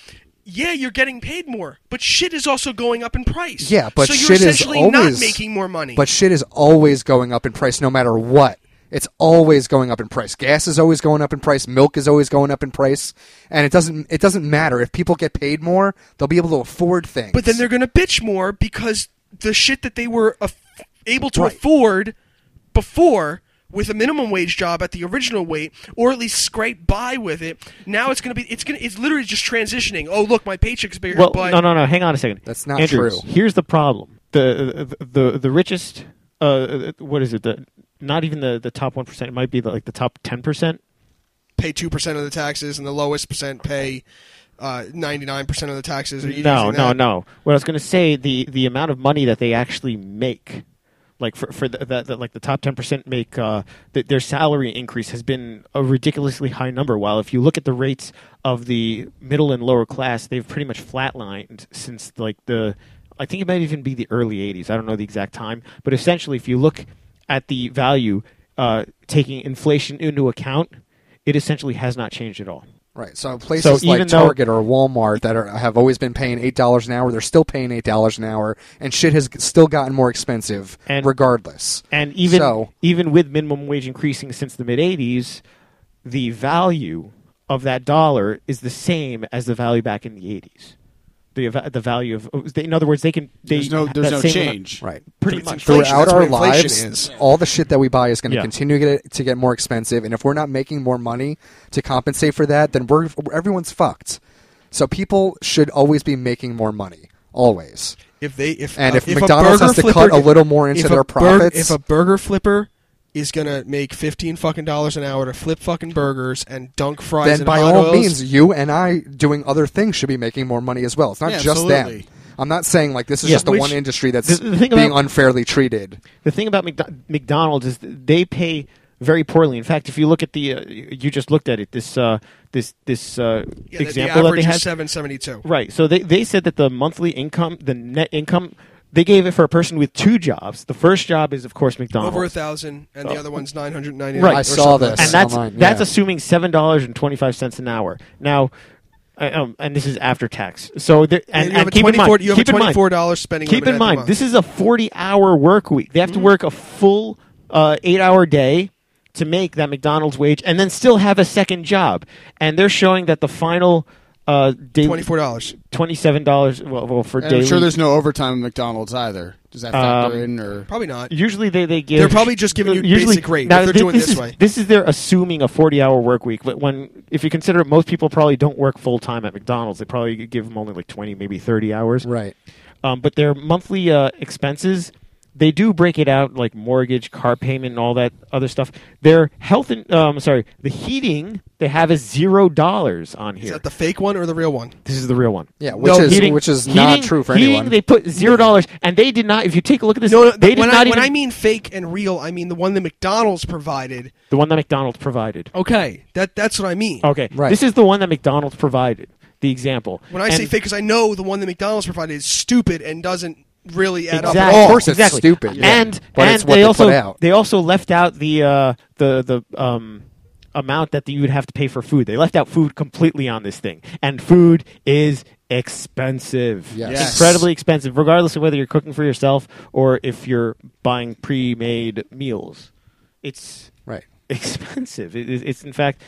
Yeah, you're getting paid more, but shit is also going up in price. Yeah, but so you're shit is essentially always not making more money. But shit is always going up in price, no matter what. It's always going up in price. Gas is always going up in price. Milk is always going up in price, and it doesn't it doesn't matter if people get paid more, they'll be able to afford things. but then they're going to bitch more because the shit that they were af- able to Right. afford before with a minimum wage job at the original weight or at least scrape by with it now it's going to be it's going to it's literally just transitioning oh look my paycheck's bigger well, but no, no, no. Hang on a second. That's not Andrew, true. Here's the problem: the the the, the richest. Uh, what is it? The not even the, the top one percent. It might be the, like the top ten percent. pay 2% of the taxes and the lowest percent pay uh, 99% of the taxes Are you No, using no, that? no. What I was going to say the the amount of money that they actually make like for for the, the, the like the top ten percent make uh, th- their salary increase has been a ridiculously high number. While if you look at the rates of the middle and lower class, they've pretty much flatlined since like the I think it might even be the early '80s. I don't know the exact time, but essentially, if you look at the value uh, taking inflation into account, it essentially has not changed at all. Right. So places So like even though- Target or Walmart that are, have always been paying eight dollars an hour, they're still paying eight dollars an hour, and shit has still gotten more expensive And- regardless. And even So- even with minimum wage increasing since the mid '80s, the value of that dollar is the same as the value back in the '80s. The eva- the value of in other words, they can they, There's no there's that no same amount- change. Right. Pretty It's much. inflation. Throughout That's our what inflation lives, is. all the shit that we buy is going to Yeah. continue to get, to get more expensive, and if we're not making more money to compensate for that, then we're everyone's fucked. So people should always be making more money, always. If they if And uh, if a McDonald's burger has to cut flipper- a little more into if a their bur- profits- if a burger flipper is gonna make fifteen fucking dollars an hour to flip fucking burgers and dunk fries, then in by hot all oils, means, you and I doing other things should be making more money as well. It's not Yeah, just absolutely. them. I'm not saying like this is Yeah, just the which- one industry that's the- the thing being about- unfairly treated. the thing about McDo- McDonald's is th- they pay very poorly. In fact, if you look at the uh, y- you just looked at it this uh, this this uh, yeah, the- example the that average they is had seven seventy two. Right. So they, they said that the monthly income, the net income, they gave it for a person with two jobs. The first job is, of course, McDonald's. Over a thousand, and the other one's nine hundred ninety. Right. I saw this. and that's online, that's yeah. assuming seven dollars and twenty five cents an hour. Now, I- um, and this is after tax. So there, and, And, you have and a keep in twenty four. mind, You have a keep in twenty mind, four dollars spending. keep limit at in the mind month. Mm-hmm. this is a 40 hour work week they have to work a full uh, eight hour day to make that mcdonald's wage and then still have a second job and they're showing that the final uh, daily, twenty four dollars. $27 well, well for And daily I'm sure there's no overtime at McDonald's either. Does that factor Um, in or Probably not. Usually they, they give. They're probably just giving you usually, basic rate Now, if they're thi- doing this this is, way. This is they're assuming a forty-hour work week. But when if you consider it, most people probably don't work full time at McDonald's. They probably give them only like twenty, maybe thirty hours. Right. Um, but their monthly uh, expenses, they do break it out like mortgage, car payment, and all that other stuff. Their health and um, sorry, the heating they have is zero dollars on Is here. that the fake one or the real one? this is the real one. Yeah, which is which is not heating- true for heating, anyone. They put zero dollars, and they did not. If you take a look at this, No, no they did when, not I, even when I mean fake and real, I mean the one that McDonald's provided. the one that McDonald's provided. Okay, that that's what I mean. Okay. Right. This is the one that McDonald's provided, the example. When I say And- fake, because I know the one that McDonald's provided is stupid and doesn't really add exactly. up at Of all. course it's exactly. stupid, yeah. And, But and it's what they, they put also out. they also left out the uh, the the um, amount that you would have to pay for food. They left out food completely on this thing. And food is expensive. Yes. Yes. Incredibly expensive, regardless of whether you're cooking for yourself or if you're buying pre made meals. It's Right. expensive. It, it- it's in fact,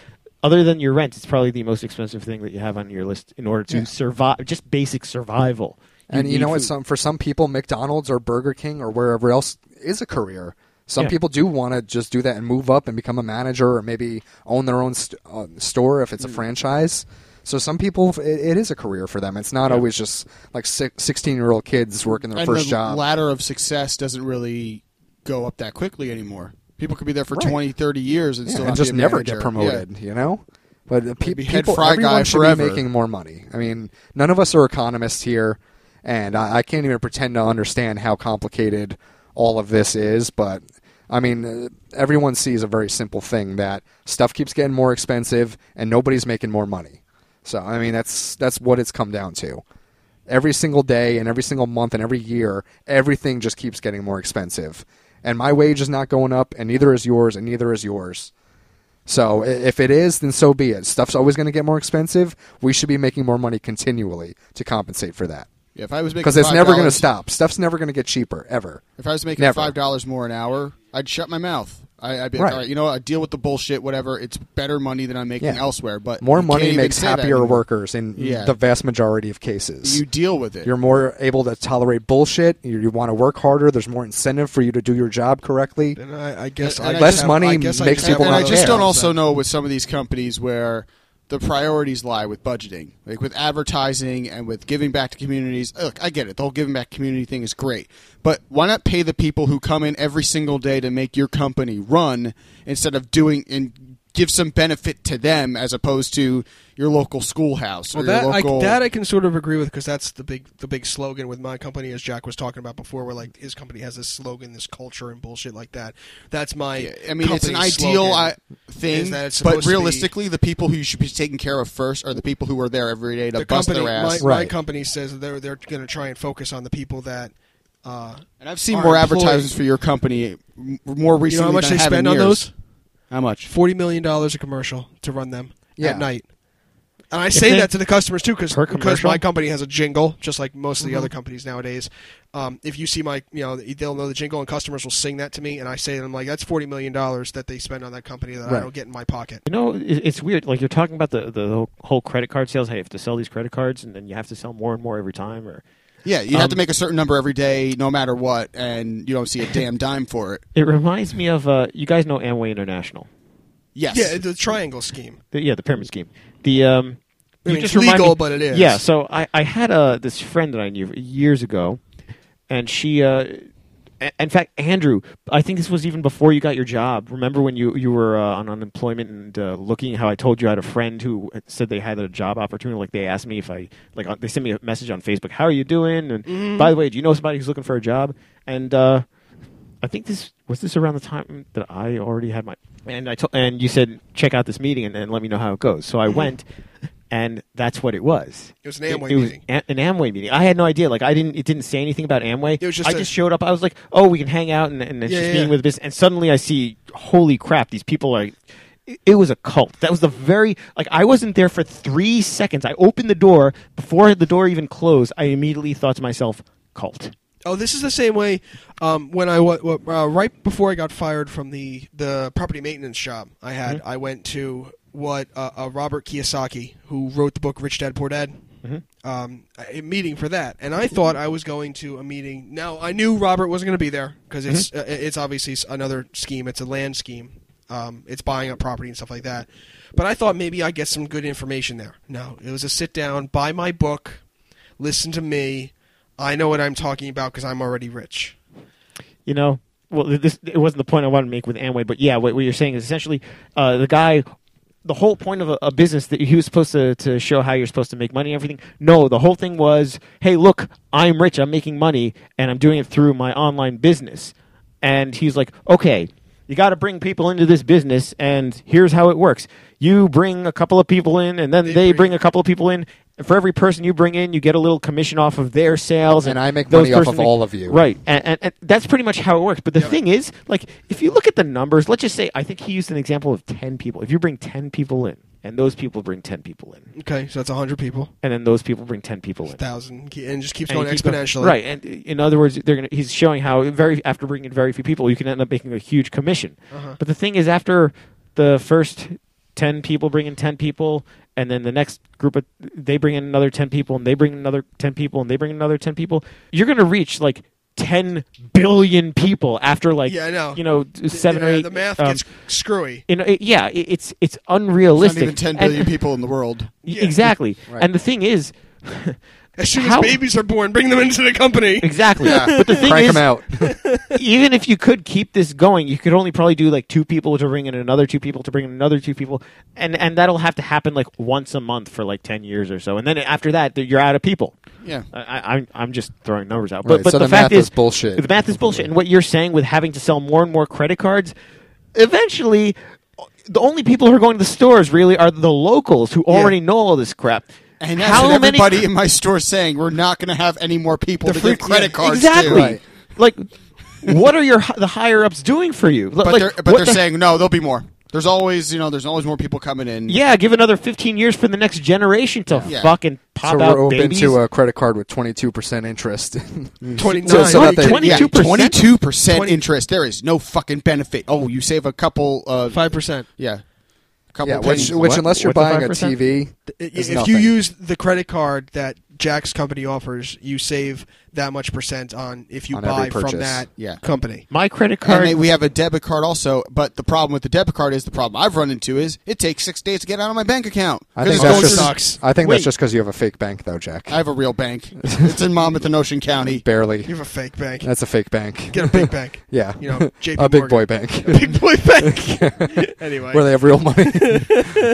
other than your rent, it's probably the most expensive thing that you have on your list in order to survive. Just basic survival. And you need know what? food. Some for some people, McDonald's or Burger King or wherever else is a career. Some Yeah. people do want to just do that and move up and become a manager or maybe own their own st- uh, store if it's Mm. a franchise. So some people, it, it is a career for them. It's not always just like sixteen-year-old kids working their and first the job. ladder of success doesn't really go up that quickly anymore. People could be there for Right. twenty, thirty 20, 30 years and Yeah, still and not just be a never manager. get Yeah. promoted, you know. But the pe- Maybe head people, fry everyone guy should forever. be making more money. I mean, none of us are economists here, and I, I can't even pretend to understand how complicated all of this is. But I mean, uh, everyone sees a very simple thing that stuff keeps getting more expensive, and nobody's making more money. So I mean, that's that's what it's come down to. Every single day and every single month and every year, everything just keeps getting more expensive. And my wage is not going up, and neither is yours, and neither is yours. So i- if it is, then so be it. Stuff's always going to get more expensive. We should be making more money continually to compensate for that Yeah, if I was making because it's never going to $5 stop. Stuff's never going to get cheaper ever. If I was making Never. five dollars more an hour, I'd shut my mouth. I, I'd be like, Right. all right, you know, what? I deal with the bullshit, whatever. It's better money than I'm making Yeah. elsewhere. But More you can't money even makes say that happier anymore. workers in Yeah. the vast majority of cases. You deal with it. You're more able to tolerate bullshit. You, you want to work harder. There's more incentive for you to do your job correctly. And I, I guess And I I just just- have- money I guess I makes just and, people have and I that just other don't care. also know with some of these companies where the priorities lie with budgeting, like with advertising and with giving back to communities. Look, I get it. The whole giving back community thing is great, But why not pay the people who come in every single day to make your company run instead of doing and give some benefit to them as opposed to your local schoolhouse or Well, that your local I, that I can sort of agree with because that's the big the big slogan with my company, as Jack was talking about before, where like his company has this slogan, this culture, and bullshit like that. That's my. I mean, it's an company's ideal slogan. I, thing, is that it's but supposed to be- realistically, the people who you should be taking care of first are the people who are there every day to the bust company, their ass. My, my Right. company says that they're they're going to try and focus on the people that. Uh, and I've seen our more employees- advertisements for your company m- more you know recently how much than they I have in spend on years. those? How much? Forty million dollars a commercial to run them Yeah. at night. And I say they- that to the customers too, because Per commercial? my company has a jingle, just like most of Mm-hmm. the other companies nowadays. Um, if you see my, you know, they'll know the jingle, and customers will sing that to me, and I say, it, I'm like, that's forty million dollars that they spend on that company that I Right. don't get in my pocket. You know, it- it's weird. Like you're talking about the, the whole- whole credit card sales. Hey, you have to sell these credit cards, and then you have to sell more and more every time. Or Yeah, you have Um, to make a certain number every day, no matter what, and you don't see a damn dime for it. it reminds me of uh, you guys know Amway International. Yes. Yeah, the triangle scheme. The, yeah, the pyramid scheme. The um, I you mean, it's just remind legal, me- but it is. Yeah. So I, I had uh, this friend that I knew years ago, and she, uh, a- in fact, Andrew, I think this was even before you got your job. Remember when you you were uh, on unemployment and uh, looking? How I told you I had a friend who said they had a job opportunity. Like they asked me if I like uh, they sent me a message on Facebook. How are you doing? And Mm-hmm. by the way, do you know somebody who's looking for a job? And uh, I think this was this around the time that I already had my and I to, and you said check out this meeting and, and let me know how it goes. So I went, and that's what it was. Mm-hmm. It was an Amway it, was meeting. a- an Amway meeting. I had no idea. Like I didn't. It didn't say anything about Amway. It was just I a- just showed up. I was like, oh, we can hang out and and it's Yeah, just yeah, meeting yeah. with this. And suddenly I see, holy crap, these people are. it- It was a cult. That was the very like I wasn't there for three seconds. I opened the door before the door even closed. I immediately thought to myself, cult. Oh, this is the same way. Um, when I wa- wa- uh, right before I got fired from the the property maintenance job I had, Mm-hmm. I went to what uh, uh, Robert Kiyosaki, who wrote the book Rich Dad Poor Dad, Mm-hmm. um, a meeting for that, and I thought I was going to a meeting. Now I knew Robert wasn't going to be there because it's Mm-hmm. uh, it's obviously s- another scheme. It's a land scheme. Um, it's buying up property and stuff like that. But I thought maybe I'd get some good information there. No, it was a sit down, buy my book, listen to me. I know what I'm talking about because I'm already rich. you know well th- this it wasn't the point i wanted to make with amway but yeah what, what you're saying is essentially uh, the guy the whole point of a, a business that he was supposed to, to show how you're supposed to make money and everything no the whole thing was hey look i'm rich i'm making money and i'm doing it through my online business and he's like okay you got to bring people into this business and here's how it works you bring a couple of people in and then they, bring, bring- a couple of people in and for every person you bring in you get a little commission off of their sales And I make those money off person of make- all of you. right Right, and, and, and that's pretty much how it works. But the thing is, like, if you look at the numbers, let's just say, I think he used an example of 10 people. If you bring 10 people in, and those people bring 10 people in, Okay, so that's 100 people, and then those people bring 10 people in. thousand, ke- and it just keeps and going you keep exponentially. right, and uh, in other words, they're gonna, he's showing how very after bringing in very few people, you can end up making a huge commission. Uh-huh. But the thing is, after the first 10 people bring in 10 people, and then the next group of they bring in another 10 people, and they bring in another 10 people, and they bring in another 10 people, you're going to reach like 10 billion people after like Yeah, I know. you know The- seven the, or eight The math um, gets screwy. you know, it- yeah, it, it's it's There's unrealistic. not even 10 And- billion people in the world. Yeah. Exactly. Right. And the thing is, As soon how- Mm-hmm. as babies are born, bring them into the company. exactly. But the thing Crank is, them out. even if you could keep this going, you could only probably do like two people to bring in another two people to bring in another two people, and and that'll have to happen like once a month for like ten years or so, and then after that th- you're out of people. Yeah. I- I, I'm I'm just throwing numbers out, but Right, but so the, the fact math is is bullshit. The math is bullshit, and what you're saying with having to sell more and more credit cards, eventually, the only people who are going to the stores really are the locals who already know all this crap. And that's what everybody in my store saying we're not going to have any more people to give freak- credit yeah, cards exactly. to. Right. Like, what are your hi- the higher ups doing for you? But they're, but they're saying no, there'll be more. There's always, you know, there's always more people coming in. yeah, give another fifteen years for the next generation to Yeah. fucking pop so out we're open babies. to a credit card with 22% interest. Mm-hmm. 29. So- so that they- Twenty- Yeah, 22%? 22% Twenty- interest. There is no fucking benefit. Oh, you save a couple uh 5%. yeah. A couple yeah, which, pennies. which What? unless you're What's the buying a 5%? TV, Th- is If nothing. you use the credit card that Jack's company offers, you save that much percent on if you On every buy from purchase. that Yeah. company. My credit And card. they, we have a debit card also, but the problem with the debit card is the problem I've run into is it takes six days to get out of my bank account. I 'Cause think it's that's going just. through- sucks. I think Wait. that's just because you have a fake bank, though, Jack. I have a real bank. It's in Monmouth and Ocean County. You Barely. have a fake bank. That's a fake bank. Get a big bank. yeah. You know, JP a big Morgan. boy bank Big boy bank. anyway, where they have real money.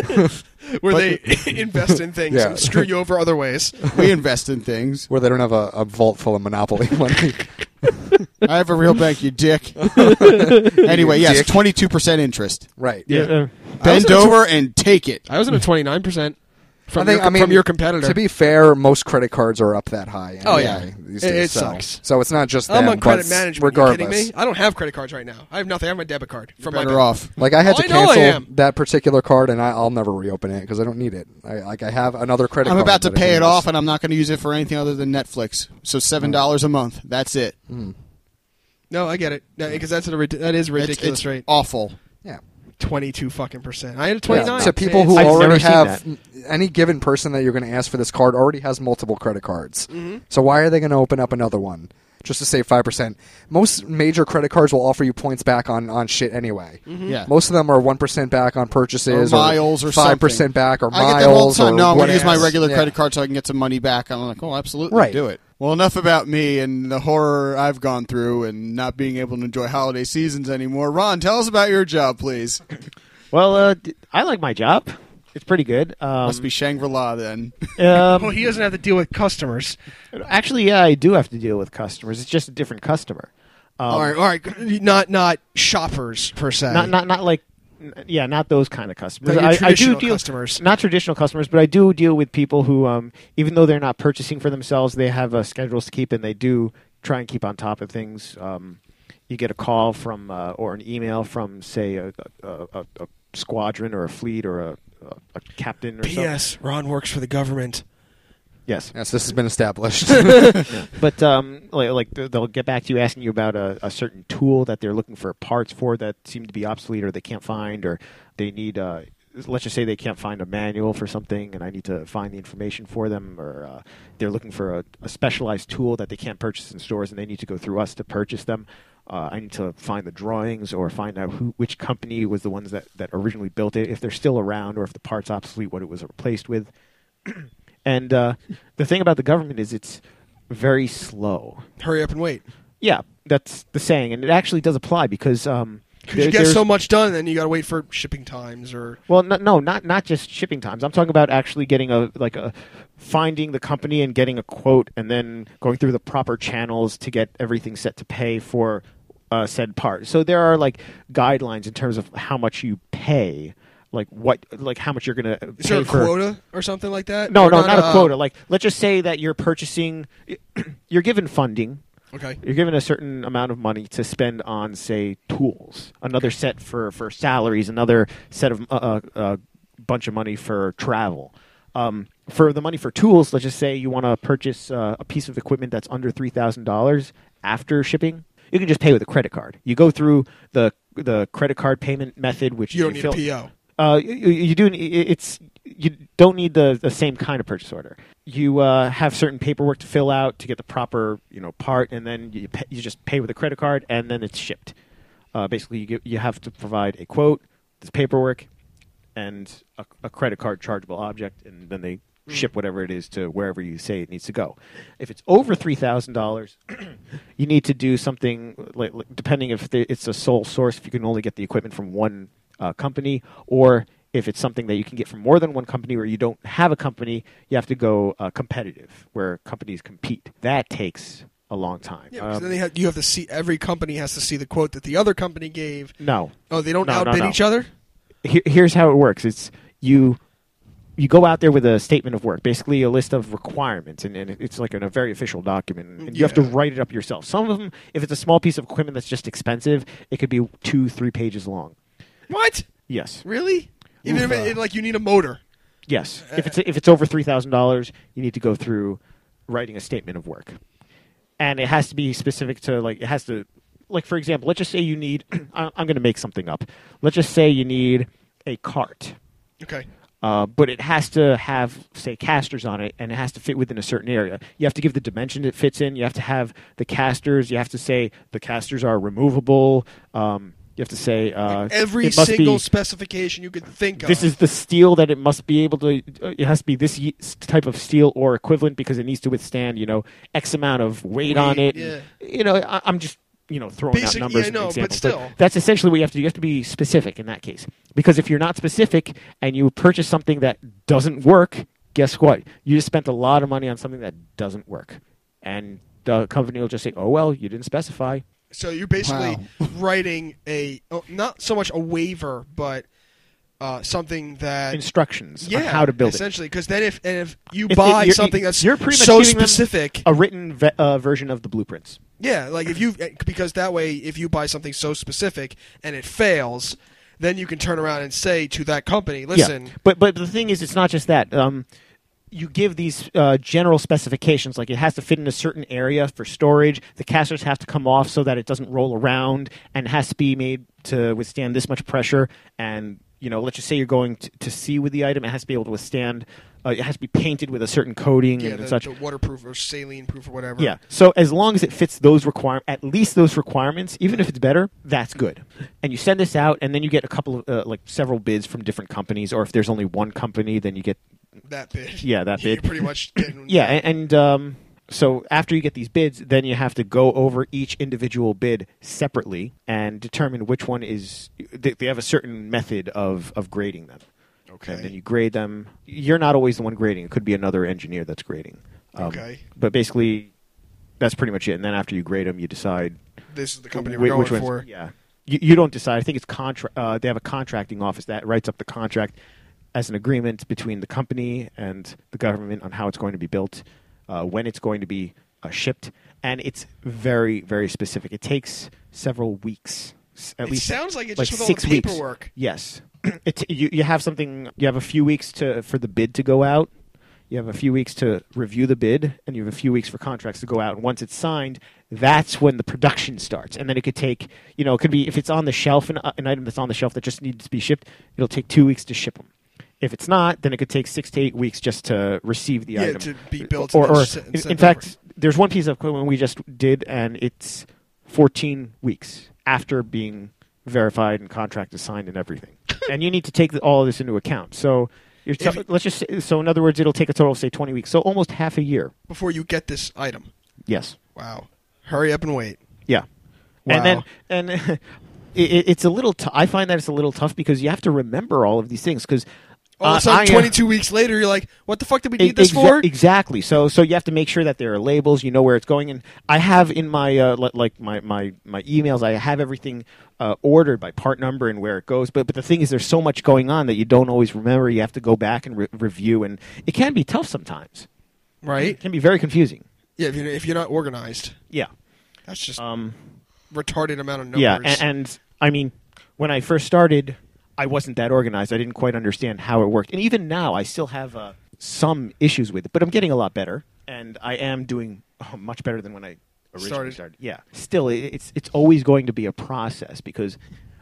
where they invest in things Yeah. and screw you over other ways. We invest in things. where they don't have a, a vault full of monopoly money. I have a real bank, you dick. anyway, yes, dick. 22% interest. right. yeah, uh, Bend I was in a tw- over and take it. I was in a twenty nine percent I from think your, I mean from your competitor. To be fair, most credit cards are up that high. Oh, anyway yeah. these It- days, it so. sucks. So it's not just I'm them, on credit but management. Regardless, You kidding me? I don't have credit cards right now. I have nothing. I have my debit card from my Better bank. off. Like I had Oh, to I know I cancel am. that particular card, and I, I'll never reopen it because I don't need it. I, like I have another credit. I'm card about to that I pay can it use. off, and I'm not going to use it for anything other than Netflix. So seven dollars a month. That's it. No, I get it. Because that's a, rid- that is a It's- ridiculous it's rate. Awful. Yeah. Twenty two fucking percent. I had a Yeah. twenty nine. To people who I've never already seen have that. any given person that you're going to ask for this card already has multiple credit cards. So why are they going to open up another one just to save five percent? Most major credit cards will offer you points back on on shit anyway. Yeah. Most of them are one percent back on purchases, Or miles or five something. percent back, or I miles. get them all the time. No, or I'm going whatever. to use my regular Yeah. credit card so I can get some money back. And I'm like, oh, absolutely, Right. do it. Well, enough about me and the horror I've gone through and not being able to enjoy holiday seasons anymore. Ron, tell us about your job, please. well, uh, d- I like my job. It's pretty good. Um, Must be Shangri La then. um, Well, he doesn't have to deal with customers. actually, yeah, I do have to deal with customers. It's just a different customer. Um, all right, all right. Not not shoppers per se. not not not like n- yeah, not those kind of customers. Not your I, I do traditional deal customers. not traditional customers, but I do deal with people who, um, even though they're not purchasing for themselves, they have uh, schedules to keep, and they do try and keep on top of things. Um, you get a call from uh, or an email from, say, a, a, a, a squadron or a fleet or a, a, a captain or something. P.S. Ron works for the government. Yes, Yes, this has been established. but um, like, like th- they'll get back to you asking you about a, a certain tool that they're looking for parts for that seem to be obsolete or they can't find or they need. Uh, let's just say they can't find a manual for something, and I need to find the information for them, or uh, they're looking for a, a specialized tool that they can't purchase in stores, and they need to go through us to purchase them. Uh, I need to find the drawings or find out who, which company was the ones that, that originally built it, if they're still around, or if the part's obsolete, what it was replaced with. And uh, the thing about the government is it's very slow. Hurry up and wait. Yeah, that's the saying, and it actually does apply because um, Because there- you get there's- so much done, then you got to wait for shipping times or Well, no, no, not not just shipping times. I'm talking about actually getting a like a finding the company and getting a quote, and then going through the proper channels to get everything set to pay for uh, said part. So there are like guidelines in terms of how much you pay, like what, like how much you're gonna is pay there a for. quota or something like that? No, Or no, not a uh, quota. Like, let's just say that you're purchasing, you're given funding. Okay. You're given a certain amount of money to spend on, say, tools, another set for, for salaries, another set of a uh, uh, bunch of money for travel. Um, for the money for tools, let's just say you want to purchase uh, a piece of equipment that's under three thousand dollars after shipping. You can just pay with a credit card. You go through the the credit card payment method, which You don't you need a fill- PO. uh, you, you do. It's you don't need the, the same kind of purchase order. You uh, have certain paperwork to fill out to get the proper you know part, and then you pay, you just pay with a credit card, and then it's shipped. Uh, basically, you get, you have to provide a quote, this paperwork, and a, a credit card chargeable object, and then they ship whatever it is to wherever you say it needs to go. If it's over three thousand dollars, you need to do something. Like, like, depending if the, it's a sole source, if you can only get the equipment from one uh, company, or if it's something that you can get from more than one company, or you don't have a company, you have to go uh, competitive, where companies compete. That takes a long time. Yeah, because Um, then they have, you have to see every company has to see the quote that the other company gave. no. Oh, they don't No, no, outbid no. each other. here, here's how it works it's you you go out there with a statement of work basically a list of requirements and, and it's like in a very official document and you have to Yeah. write it up yourself some of them if it's a small piece of equipment that's just expensive it could be two three pages long What? yes Really? Even if it, Oof. it- like you need a motor. yes if it's if it's over $3000 you need to go through writing a statement of work and it has to be specific to like it has to like for example let's just say you need I- i'm going to make something up let's just say you need a cart Okay. uh, but it has to have, say, casters on it, and it has to fit within a certain area. You have to give the dimension it fits in. You have to have the casters. You have to say the casters are removable. Um, you have to say uh, Every it must single be- specification you could think of. this is the steel that it must be able to uh, it has to be this ye- s- type of steel or equivalent because it needs to withstand you know x amount of weight, on Weight, it yeah. you know I, i'm just you know throwing Basic- out numbers yeah, I know, and but examples still. that's essentially what you have to do you have to be specific in that case because if you're not specific and you purchase something that doesn't work guess what you just spent a lot of money on something that doesn't work and the company will just say oh well you didn't specify So you're basically writing a oh, not so much a waiver, but uh, something that instructions yeah, on how to build it essentially. Because then if and if you If- if buy you're- something that's you're pretty much so giving them specific, a written ve- uh, version of the blueprints yeah, like if you eh, because that way if you buy something so specific and it fails, then you can turn around and say to that company, listen, Yeah. But but the thing is, it's not just that. Um, you give these uh, general specifications, like it has to fit in a certain area for storage. The casters have to come off so that it doesn't roll around, and has to be made to withstand this much pressure. And you know, let's just say you're going to, to sea with the item, it has to be able to withstand. Uh, it has to be painted with a certain coating yeah, and the, such. the waterproof or saline proof or whatever. Yeah. So as long as it fits those require at least those requirements, even if it's better, that's good. And you send this out, and then you get a couple of uh, like several bids from different companies, or if there's only one company, then you get that bit. Yeah, that You're bit. pretty much getting yeah. a- And um, so after you get these bids, then you have to go over each individual bid separately and determine which one is. They, they have a certain method of of grading them. Okay. And then you grade them. You're not always the one grading. It could be another engineer that's grading. Um, Okay. But basically, that's pretty much it. And then after you grade them, you decide This is the company wh- we're going which ones- for. Yeah, you, you don't decide. I think it's contract. Uh, they have a contracting office that writes up the contract as an agreement between the company and the government on how it's going to be built, uh, when it's going to be uh, shipped, and it's very very specific. It takes several weeks. s- At It least sounds like it like just with all six the weeks. paperwork. Yes, it, you you have something. You have a few weeks to for the bid to go out. You have a few weeks to review the bid, and you have a few weeks for contracts to go out. And once it's signed, that's when the production starts. And then it could take, you know, it could be if it's on the shelf, an, an item that's on the shelf that just needs to be shipped, it'll take two weeks to ship them. If it's not, then it could take six to eight weeks just to receive the Yeah, item. to be built Or, and then or s- and in, sent in fact, over. there's one piece of equipment we just did, and it's 14 weeks after being verified and contract is signed and everything. and you need to take the, all of this into account. So you're t- If- let's just say, so in other words, it'll take a total of say 20 weeks, so almost half a year. Before you get this item. Yes. Wow. Hurry up and wait. Yeah. Wow. And then and it, it- it's a little. T- I find that it's a little tough because you have to remember all of these things because. Uh, All of a sudden, 22 weeks later, you're like, what the fuck did we need this Exa- for? Exactly. So so you have to make sure that there are labels. You know where it's going. And I have in my uh, li- like my, my my emails. I have everything uh, ordered by part number and where it goes. But but the thing is, there's so much going on that you don't always remember. You have to go back and re- review, and it can be tough sometimes. Right? It can be very confusing. Yeah, if you're, if you're not organized. Yeah. That's just Um. retarded amount of numbers. Yeah. And, and I mean, when I first started, I wasn't that organized. I didn't quite understand how it worked, and even now, I still have uh, some issues with it. But I'm getting a lot better, and I am doing uh, much better than when I originally Started. started. Yeah. Still, i- it's it's always going to be a process because,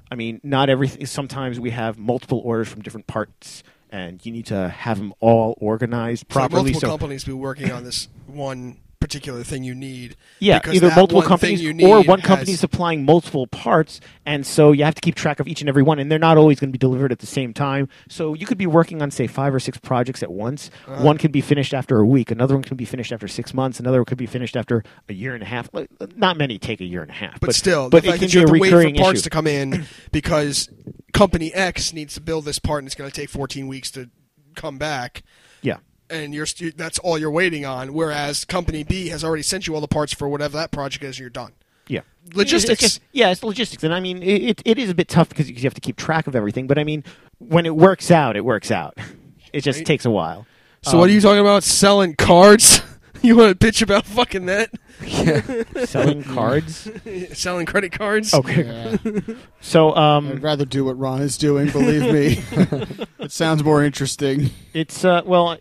I mean, not everything. Sometimes we have multiple orders from different parts. And you need to have them all organized So properly. multiple so companies be working on this one particular thing you need. yeah, because either that multiple one thing companies you or need one has- company supplying multiple parts, and so you have to keep track of each and every one, and they're not always going to be delivered at the same time. So you could be working on say five or six projects at once. Uh-huh. one could be finished after a week, another one could be finished after six months, another one could be finished after a year and a half. Like, Not many take a year and a half, But, still, but the it fact can that you be a have to wait for recurring parts issue. to come in because company X needs to build this part and it's going to take 14 weeks to come back. yeah, and you're st- that's all you're waiting on. Whereas company B has already sent you all the parts for whatever that project is, and you're done. Yeah. Logistics. It's- it's- yeah, it's logistics. And I mean, it, it, it is a bit tough because you have to keep track of everything. But I mean, when it works out, it works out. It just takes a while. So what are you talking about selling cards? you want to bitch about fucking that? Selling cards? selling credit cards? Okay. Yeah. So I'd um, rather do what Ron is doing. Believe me, it sounds more interesting. it's uh, well,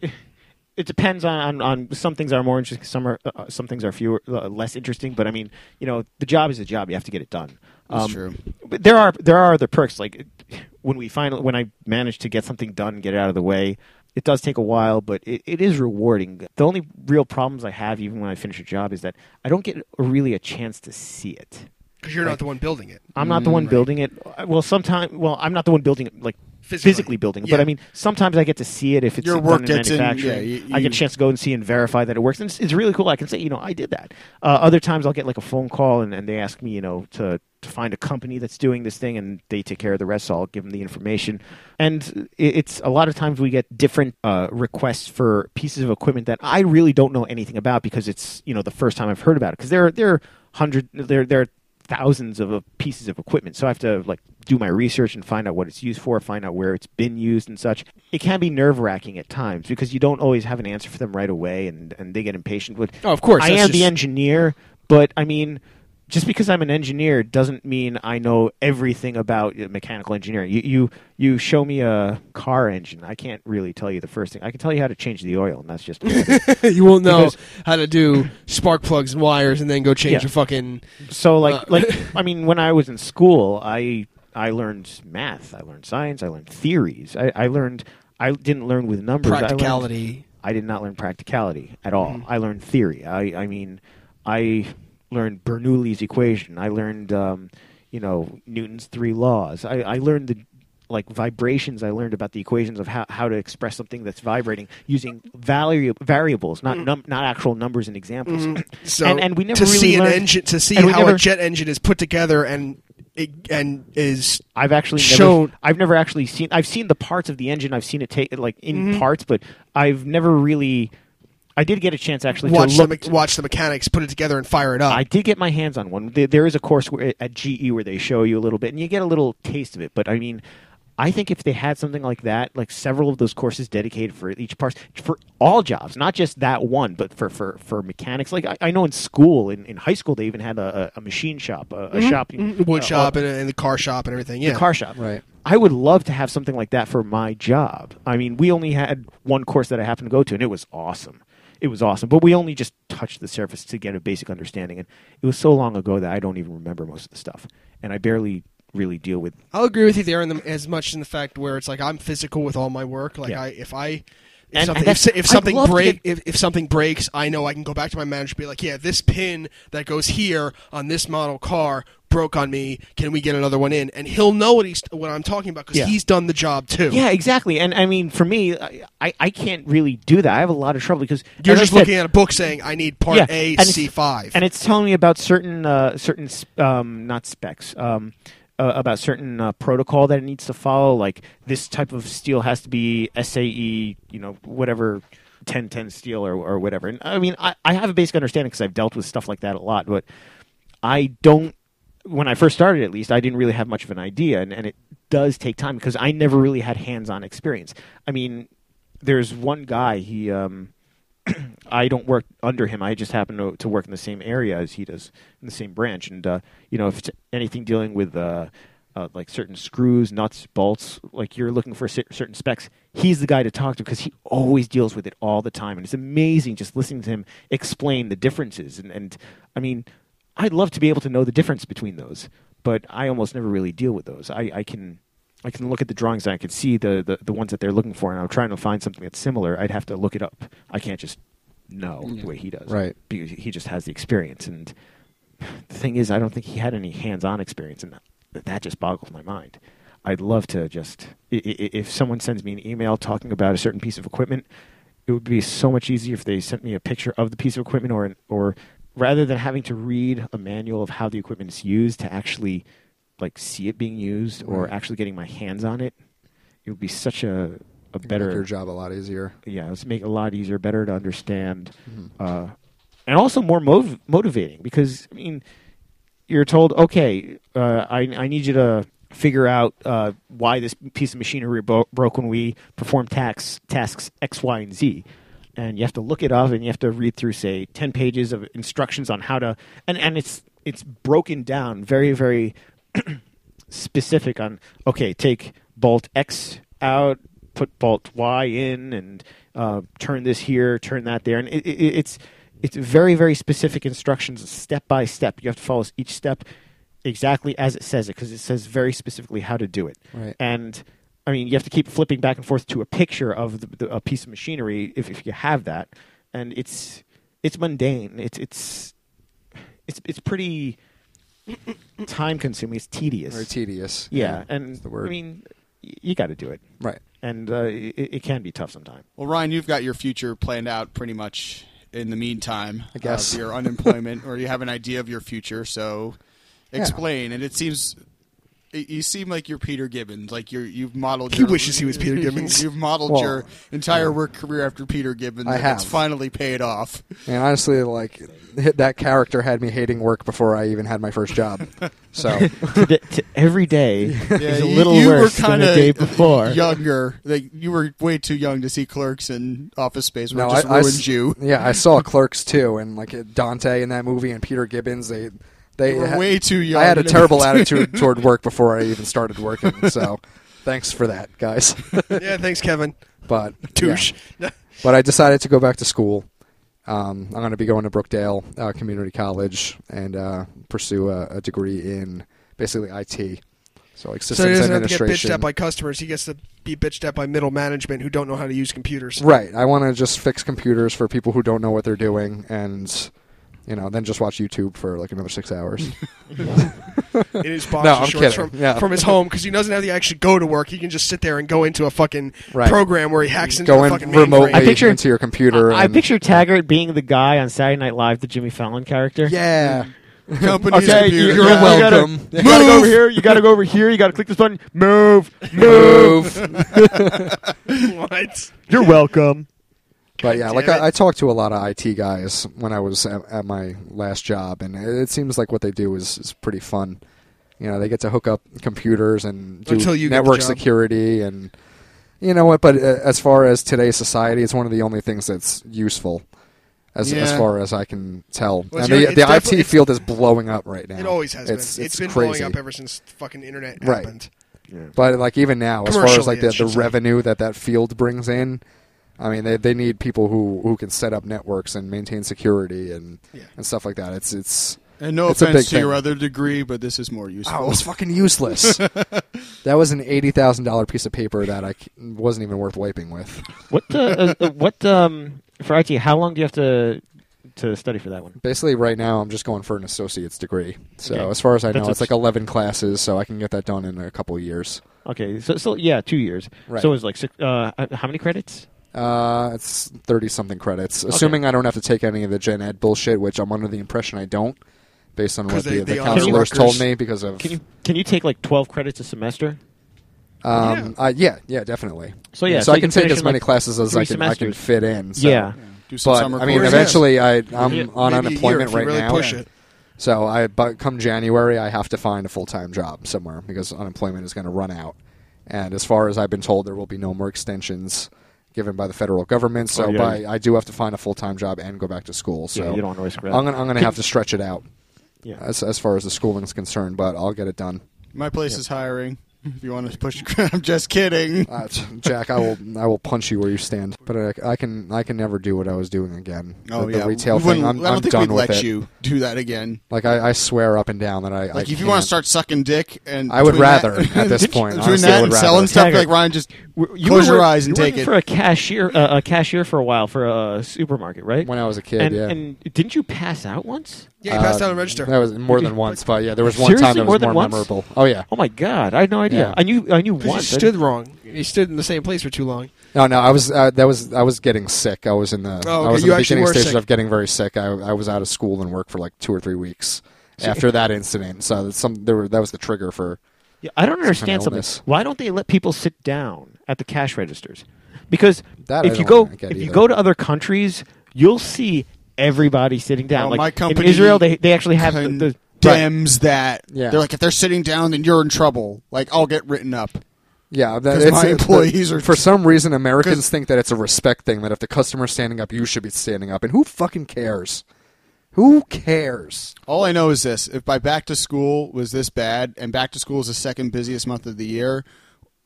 it depends on, on on some things are more interesting, some are uh, some things are fewer uh, less interesting. But I mean, you know, the job is a job. You have to get it done. That's Um, true. But there are there are other perks. Like it- when we finally when I manage to get something done, and get it out of the way. It does take a while, but it, it is rewarding. The only real problems I have, even when I finish a job, is that I don't get really a chance to see it. because you're not the one building it. I'm not the Mm, one building it. Uh, Well, sometimes, well, I'm not the one building it, like Physically. physically, building it. Yeah. But I mean, sometimes I get to see it if it's Your done work in gets in- manufacturing. yeah, you- I you- get a chance to go and see and verify that it works, and it's, it's really cool. I can say, you know, I did that. Uh, other times, I'll get like a phone call and, and they ask me, you know, to to find a company that's doing this thing, and they take care of the rest. So I'll give them the information, and it, it's a lot of times we get different uh, requests for pieces of equipment that I really don't know anything about because it's you know the first time I've heard about it. Because there are, there are hundred there there are thousands of uh, pieces of equipment. So I have to like do my research and find out what it's used for, find out where it's been used and such. It can be nerve wracking at times because you don't always have an answer for them right away, and and they get impatient with. Oh, of course, I that's am the just- engineer, but I mean. Just because I'm an engineer doesn't mean I know everything about uh, mechanical engineering. You, you you show me a car engine, I can't really tell you the first thing. I can tell you how to change the oil, and that's just you won't know Because- how to do spark plugs and wires, and then go change Yeah. a fucking. So like Uh, like I mean when I was in school I I learned math, I learned science, I learned theories. I, I learned I didn't learn with numbers. I learned- Practicality. Mm-hmm. I, did not learn practicality at all. I learned theory. I I mean I learned Bernoulli's equation. I learned um, you know Newton's three laws. I, I learned the like vibrations I learned about the equations of how, how to express something that's vibrating using Mm. valu- variables not num- not actual numbers and examples So and, and we never to really see learned, an engine to see and we how never- a jet engine is put together and it, and is I've actually never, shown- I've never actually seen. I've seen the parts of the engine. I've seen it take like in Mm-hmm. parts, but I've never really. I did get a chance actually watch the, to look. me- watch the mechanics put it together and fire it up. I did get my hands on one. There, there is a course where, at GE where they show you a little bit, and you get a little taste of it. But I mean, I think if they had something like that, like several of those courses dedicated for each part, for all jobs, not just that one, but for for, for mechanics. Like I, I know in school, in, in high school, they even had a, a a machine shop, a, a shop, Mm-hmm. wood uh, shop and, and the car shop and everything. Yeah, the car shop. Right. I would love to have something like that for my job. I mean, we only had one course that I happened to go to, and it was awesome. It was awesome, but we only just touched the surface to get a basic understanding. And it was so long ago that I don't even remember most of the stuff, and I barely really deal with. I'll agree with you there in the, as much in the fact where it's like I'm physical with all my work. Like Yeah. I, if I, if And- something, and if, that's- so- if I'd something love to break, get- if, if something breaks, I know I can go back to my manager and be like, yeah, this pin that goes here on this model car broke on me. Can we get another one in? And he'll know what he's what I'm talking about because Yeah. he's done the job too. Yeah, exactly. And I mean, for me, I, I, I can't really do that. I have a lot of trouble because You're as I just said- looking at a book saying I need part A and it's- C five. and it's telling me about certain uh, certain sp- um, not specs. Um, uh, about certain uh, protocol that it needs to follow, like this type of steel has to be SAE, you know, whatever, ten ten steel or, or whatever. And I mean, I, I have a basic understanding because I've dealt with stuff like that a lot, but I don't. When I first started, at least, I didn't really have much of an idea, and, and it does take time because I never really had hands-on experience. I mean, there's one guy he. Um, I don't work under him. I just happen to, to work in the same area as he does, in the same branch. And uh, you know, if it's anything dealing with uh, uh, like certain screws, nuts, bolts, like you're looking for cer- certain specs, he's the guy to talk to because he always deals with it all the time. And it's amazing just listening to him explain the differences. And, and I mean, I'd love to be able to know the difference between those, but I almost never really deal with those. I, I can. I can look at the drawings and I can see the, the, the ones that they're looking for, and I'm trying to find something that's similar. I'd have to look it up. I can't just know the way he does. Right. Because he just has the experience. And the thing is, I don't think he had any hands on experience, and that, that just boggles my mind. I'd love to just, i- i- if someone sends me an email talking about a certain piece of equipment, it would be so much easier if they sent me a picture of the piece of equipment or, an, or rather than having to read a manual of how the equipment is used to actually like see it being used or actually getting my hands on it. It would be such a, a better Make your job a lot easier. yeah, it's make it a lot easier, better to understand, uh, and also more mov- motivating because I mean, you're told, okay, uh, I I need you to figure out uh, why this piece of machinery bo- broke when we perform tax tasks X, Y, and Z. And you have to look it up, and you have to read through, say, ten pages of instructions on how to, and, and it's it's broken down very, very specific on okay, take bolt X out, put bolt Y in, and uh, turn this here, turn that there, and it, it, it's it's very very specific instructions, step by step. You have to follow each step, exactly as it says it because it says very specifically how to do it. Right. And I mean, you have to keep flipping back and forth to a picture of the, the, a piece of machinery if, if you have that, and it's it's mundane. It's it's it's it's pretty time consuming. It's tedious. Very tedious. yeah, and that's the word. I mean, y- you got to do it, right. and uh, it, it can be tough sometimes. Well, Ryan, you've got your future planned out pretty much in the meantime. I guess. your unemployment, or you have an idea of your future. So, Yeah. explain. And it seems y- you seem like you're Peter Gibbons. Like you're you've modeled. He your, wishes he was Peter Gibbons. You've modeled Well, your entire work career after Peter Gibbons. I and It's have. finally paid off. And honestly, like hit- that character had me hating work before I even had my first job. So to the- to every day is a you- little you were worse than the kinda day before. Younger, like you were way too young to see Clerks and Office Space. Where no, it just I, I ruined s- you. Yeah, I saw Clerks too, and like Dante in that movie, and Peter Gibbons. They they You were had- way too young. I had a to- terrible attitude toward work before I even started working. So thanks for that, guys. yeah, thanks, Kevin. but yeah. Touche. But I decided to go back to school. Um, I'm going to be going to Brookdale uh, Community College and uh, pursue a, a degree in basically IT. So like so he systems doesn't have to get bitched administration. at by customers. He gets to be bitched at by middle management who don't know how to use computers. right. I want to just fix computers for people who don't know what they're doing, and you know, then just watch YouTube for like another six hours. in his boxer No, I'm shorts kidding. from, Yeah. from his home because he doesn't have to actually go to work. He can just sit there and go into a fucking Right. program where he hacks into go the in fucking remotely I mainframe. picture- into your computer. I, I and- picture Taggart being the guy on Saturday Night Live, the Jimmy Fallon character. Yeah. Company's computer. you're Yeah. welcome. Gotta, you gotta go over here. You gotta go over here. You gotta click this button. Move, move. What? You're welcome. But yeah, God like damn it. I, I talked to a lot of IT guys when I was at, at my last job, and it, it seems like what they do is, is pretty fun. You know, they get to hook up computers and do Until you get the network job. security, and you know what? But uh, as far as today's society, it's one of the only things that's useful, as as Yeah. far as I can tell. Well, and it's- the, it's the definitely- IT field is blowing up right now. It always has it's, been. It's, been crazy. blowing up ever since fucking internet Right. happened. But like even now, as far as Commercially, like the, I the should say. revenue that that field brings in, I mean they, they need people who, who can set up networks and maintain security and, Yeah. and stuff like that. It's it's And no It's a big offense to thing. your other degree, but this is more useful. oh, it was fucking useless. that was an eighty thousand dollar piece of paper that I c- wasn't even worth wiping with. What? Uh, uh, what? Um, for IT, how long do you have to to study for that one? Basically, right now I'm just going for an associate's degree. So Okay. as far as I That's know, what's- it's like eleven classes, so I can get that done in a couple of years. Okay, so so yeah, two years. Right. So it's like six, uh, uh, how many credits? Uh, it's thirty something credits, assuming I don't have to take any of the gen ed bullshit, which I'm under the impression I don't, based on 'Cause what they- the, they the are counselors Rutgers. told me. Because of Can you can you take like twelve credits a semester? um, yeah. Uh, yeah, yeah, definitely. So, yeah, so, so I you can finish take as in, many like, classes as three I can, I can semesters. fit in. So. yeah. Do some But summer I mean, courses. eventually, I I'm Yeah. on Maybe a year unemployment if you right really now. push it. So I, but come January, I have to find a full time job somewhere because unemployment is going to run out. And as far as I've been told, there will be no more extensions given by the federal government. So Oh, yeah. by, I do have to find a full time job and go back to school. So you don't wanna risk that. I'm going I'm going to have to stretch it out Yeah. as as far as the schooling is concerned, but I'll get it done. My place is hiring. If you want to push, I'm just kidding. Uh, t- Jack, I will I will punch you where you stand. But I, I can I can never do what I was doing again. Oh the, yeah, the retail We wouldn't- thing. I'm, I don't am think done we'd with let it. you do that again. Like I, I swear up and down that I I Like if you want can't. to start sucking dick, and I would between that- rather at this point. between honestly, that I would and rather. selling stuff, Taggart. like Ryan, just W- You close were your work- eyes and you were take working it. for a cashier uh, a cashier for a while for a uh, supermarket, right? when I was a kid. and, yeah, and didn't you pass out once? Yeah, you passed Uh, out on register. That was more than once, but yeah, there was one Seriously, time that more was than more, once? memorable. Oh yeah, Oh my god, I had no idea. Yeah. I knew I knew 'Cause once. you stood wrong. You stood in the same place for too long. no, no, I was uh, that was I was getting sick. I was in the Oh, I okay, was in you the actually beginning were stages sick. of getting very sick. I, I was out of school and work for like two or three weeks after that incident. So that's some there were, that was the trigger for. Yeah, I don't understand of something. illness. Why don't they let people sit down at the cash registers? Because That I if you don't go if get you either. go to other countries, you'll see everybody sitting down. Well, like my company in Israel, they they actually have the, the right. condemns that. Yeah. They're like, if they're sitting down, then you're in trouble. Like I'll get written up. Yeah, that, 'Cause it's, my it- employees the- are- for some reason Americans 'cause- think that it's a respect thing that if the customer's standing up, you should be standing up, and who fucking cares? Who cares? All I know is this: if my back to school was this bad, and back to school is the second busiest month of the year,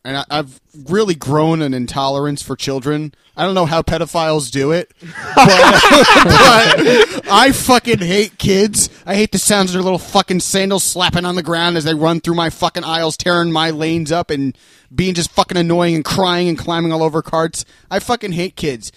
and I, I've really grown an intolerance for children. I don't know how pedophiles do it, but, but I fucking hate kids. I hate the sounds of their little fucking sandals slapping on the ground as they run through my fucking aisles, tearing my lanes up, and being just fucking annoying and crying and climbing all over carts. I fucking hate kids.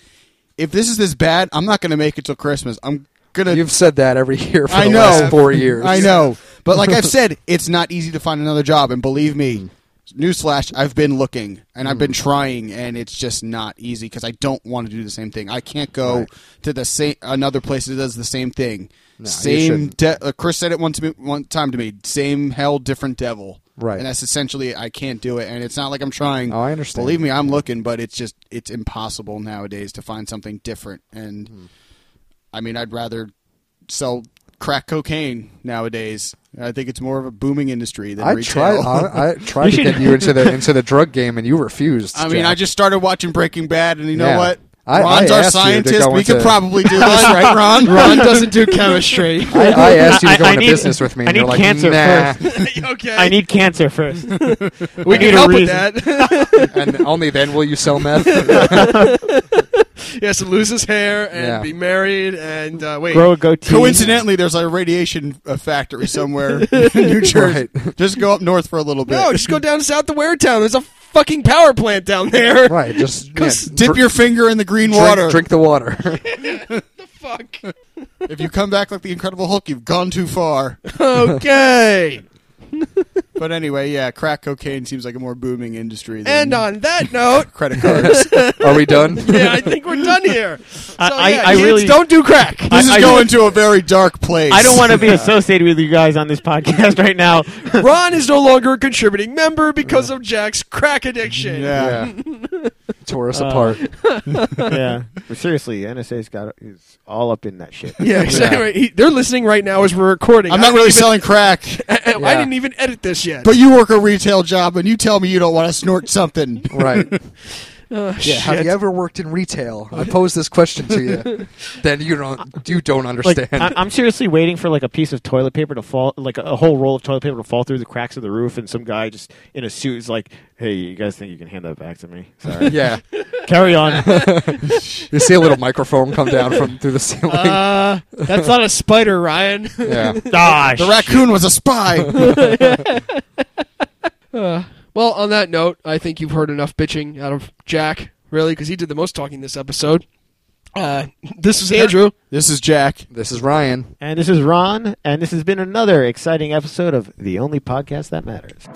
If this is this bad, I'm not gonna make it till Christmas. I'm gonna You've said that every year for I the know. last four years. I know. But like I've said, it's not easy to find another job. And believe me, newsflash, I've been looking and I've been Hmm. trying, and it's just not easy because I don't want to do the same thing. I can't go Right. to the same another place that does the same thing. you same. shouldn't. De- uh, Chris said it one, to me, one time to me. Same hell, different devil. Right. And that's essentially it. I can't do it. And it's not like I'm trying. Oh, I understand. Believe me, I'm looking, but it's just it's impossible nowadays to find something different. And Hmm. I mean, I'd rather sell crack cocaine nowadays. I think it's more of a booming industry than I retail. tried. I, I tried to You get should- you into the into the drug game, and you refused. I mean, I Jack. just started watching Breaking Bad, and you know Yeah. what? I- Ron's I our asked you to scientist. go We could into- probably do this, right, Ron? Ron doesn't do chemistry. I, I asked you I- to go I into need- business with me, and I you're need like, cancer nah. okay. I need cancer first. we need need a help with reason. that. and only then will you sell meth. he has to lose his hair and Yeah. be married and uh, wait. Grow a goatee. Coincidentally, there's a radiation uh, factory somewhere in New Jersey. Just go up north for a little bit. No, just go down south to Waretown. There's a fucking power plant down there. right? Just Go yeah, s- Dip dr- your finger in the green drink, water. Drink the water. Fuck. If you come back like the Incredible Hulk, you've gone too far. Okay. But anyway, yeah, crack cocaine seems like a more booming industry than and on that note, credit cards. Are we done? yeah, I think we're done here. So, I- yeah, I kids, really- don't do crack. This is I- going to a very dark place. I don't want to be associated with you guys on this podcast right now. Ron is no longer a contributing member because of Jack's crack addiction. Yeah. Tore us apart. yeah, but seriously, NSA's got is all up in that shit. Yeah, so anyway, he, they're listening right now as we're recording. I'm not really I selling crack. didn't even- I, I Yeah. didn't even edit this yet. But you work a retail job and you tell me you don't want to snort something. Right. Oh, Yeah. Have shit. you ever worked in retail? I pose this question to you. then you don't. You don't understand. Like, I, I'm seriously waiting for like a piece of toilet paper to fall, like a, a whole roll of toilet paper to fall through the cracks of the roof, and some guy just in a suit is like, "Hey, you guys think you can hand that back to me? Sorry, yeah. carry on." You see a little microphone come down from through the ceiling. Uh, that's not a spider, Ryan. yeah. ah, The shit. raccoon was a spy. Well, on that note, I think you've heard enough bitching out of Jack, really, because he did the most talking this episode. Uh, this is Andrew. this is Jack. This is Ryan. And this is Ron, and this has been another exciting episode of the only podcast that matters.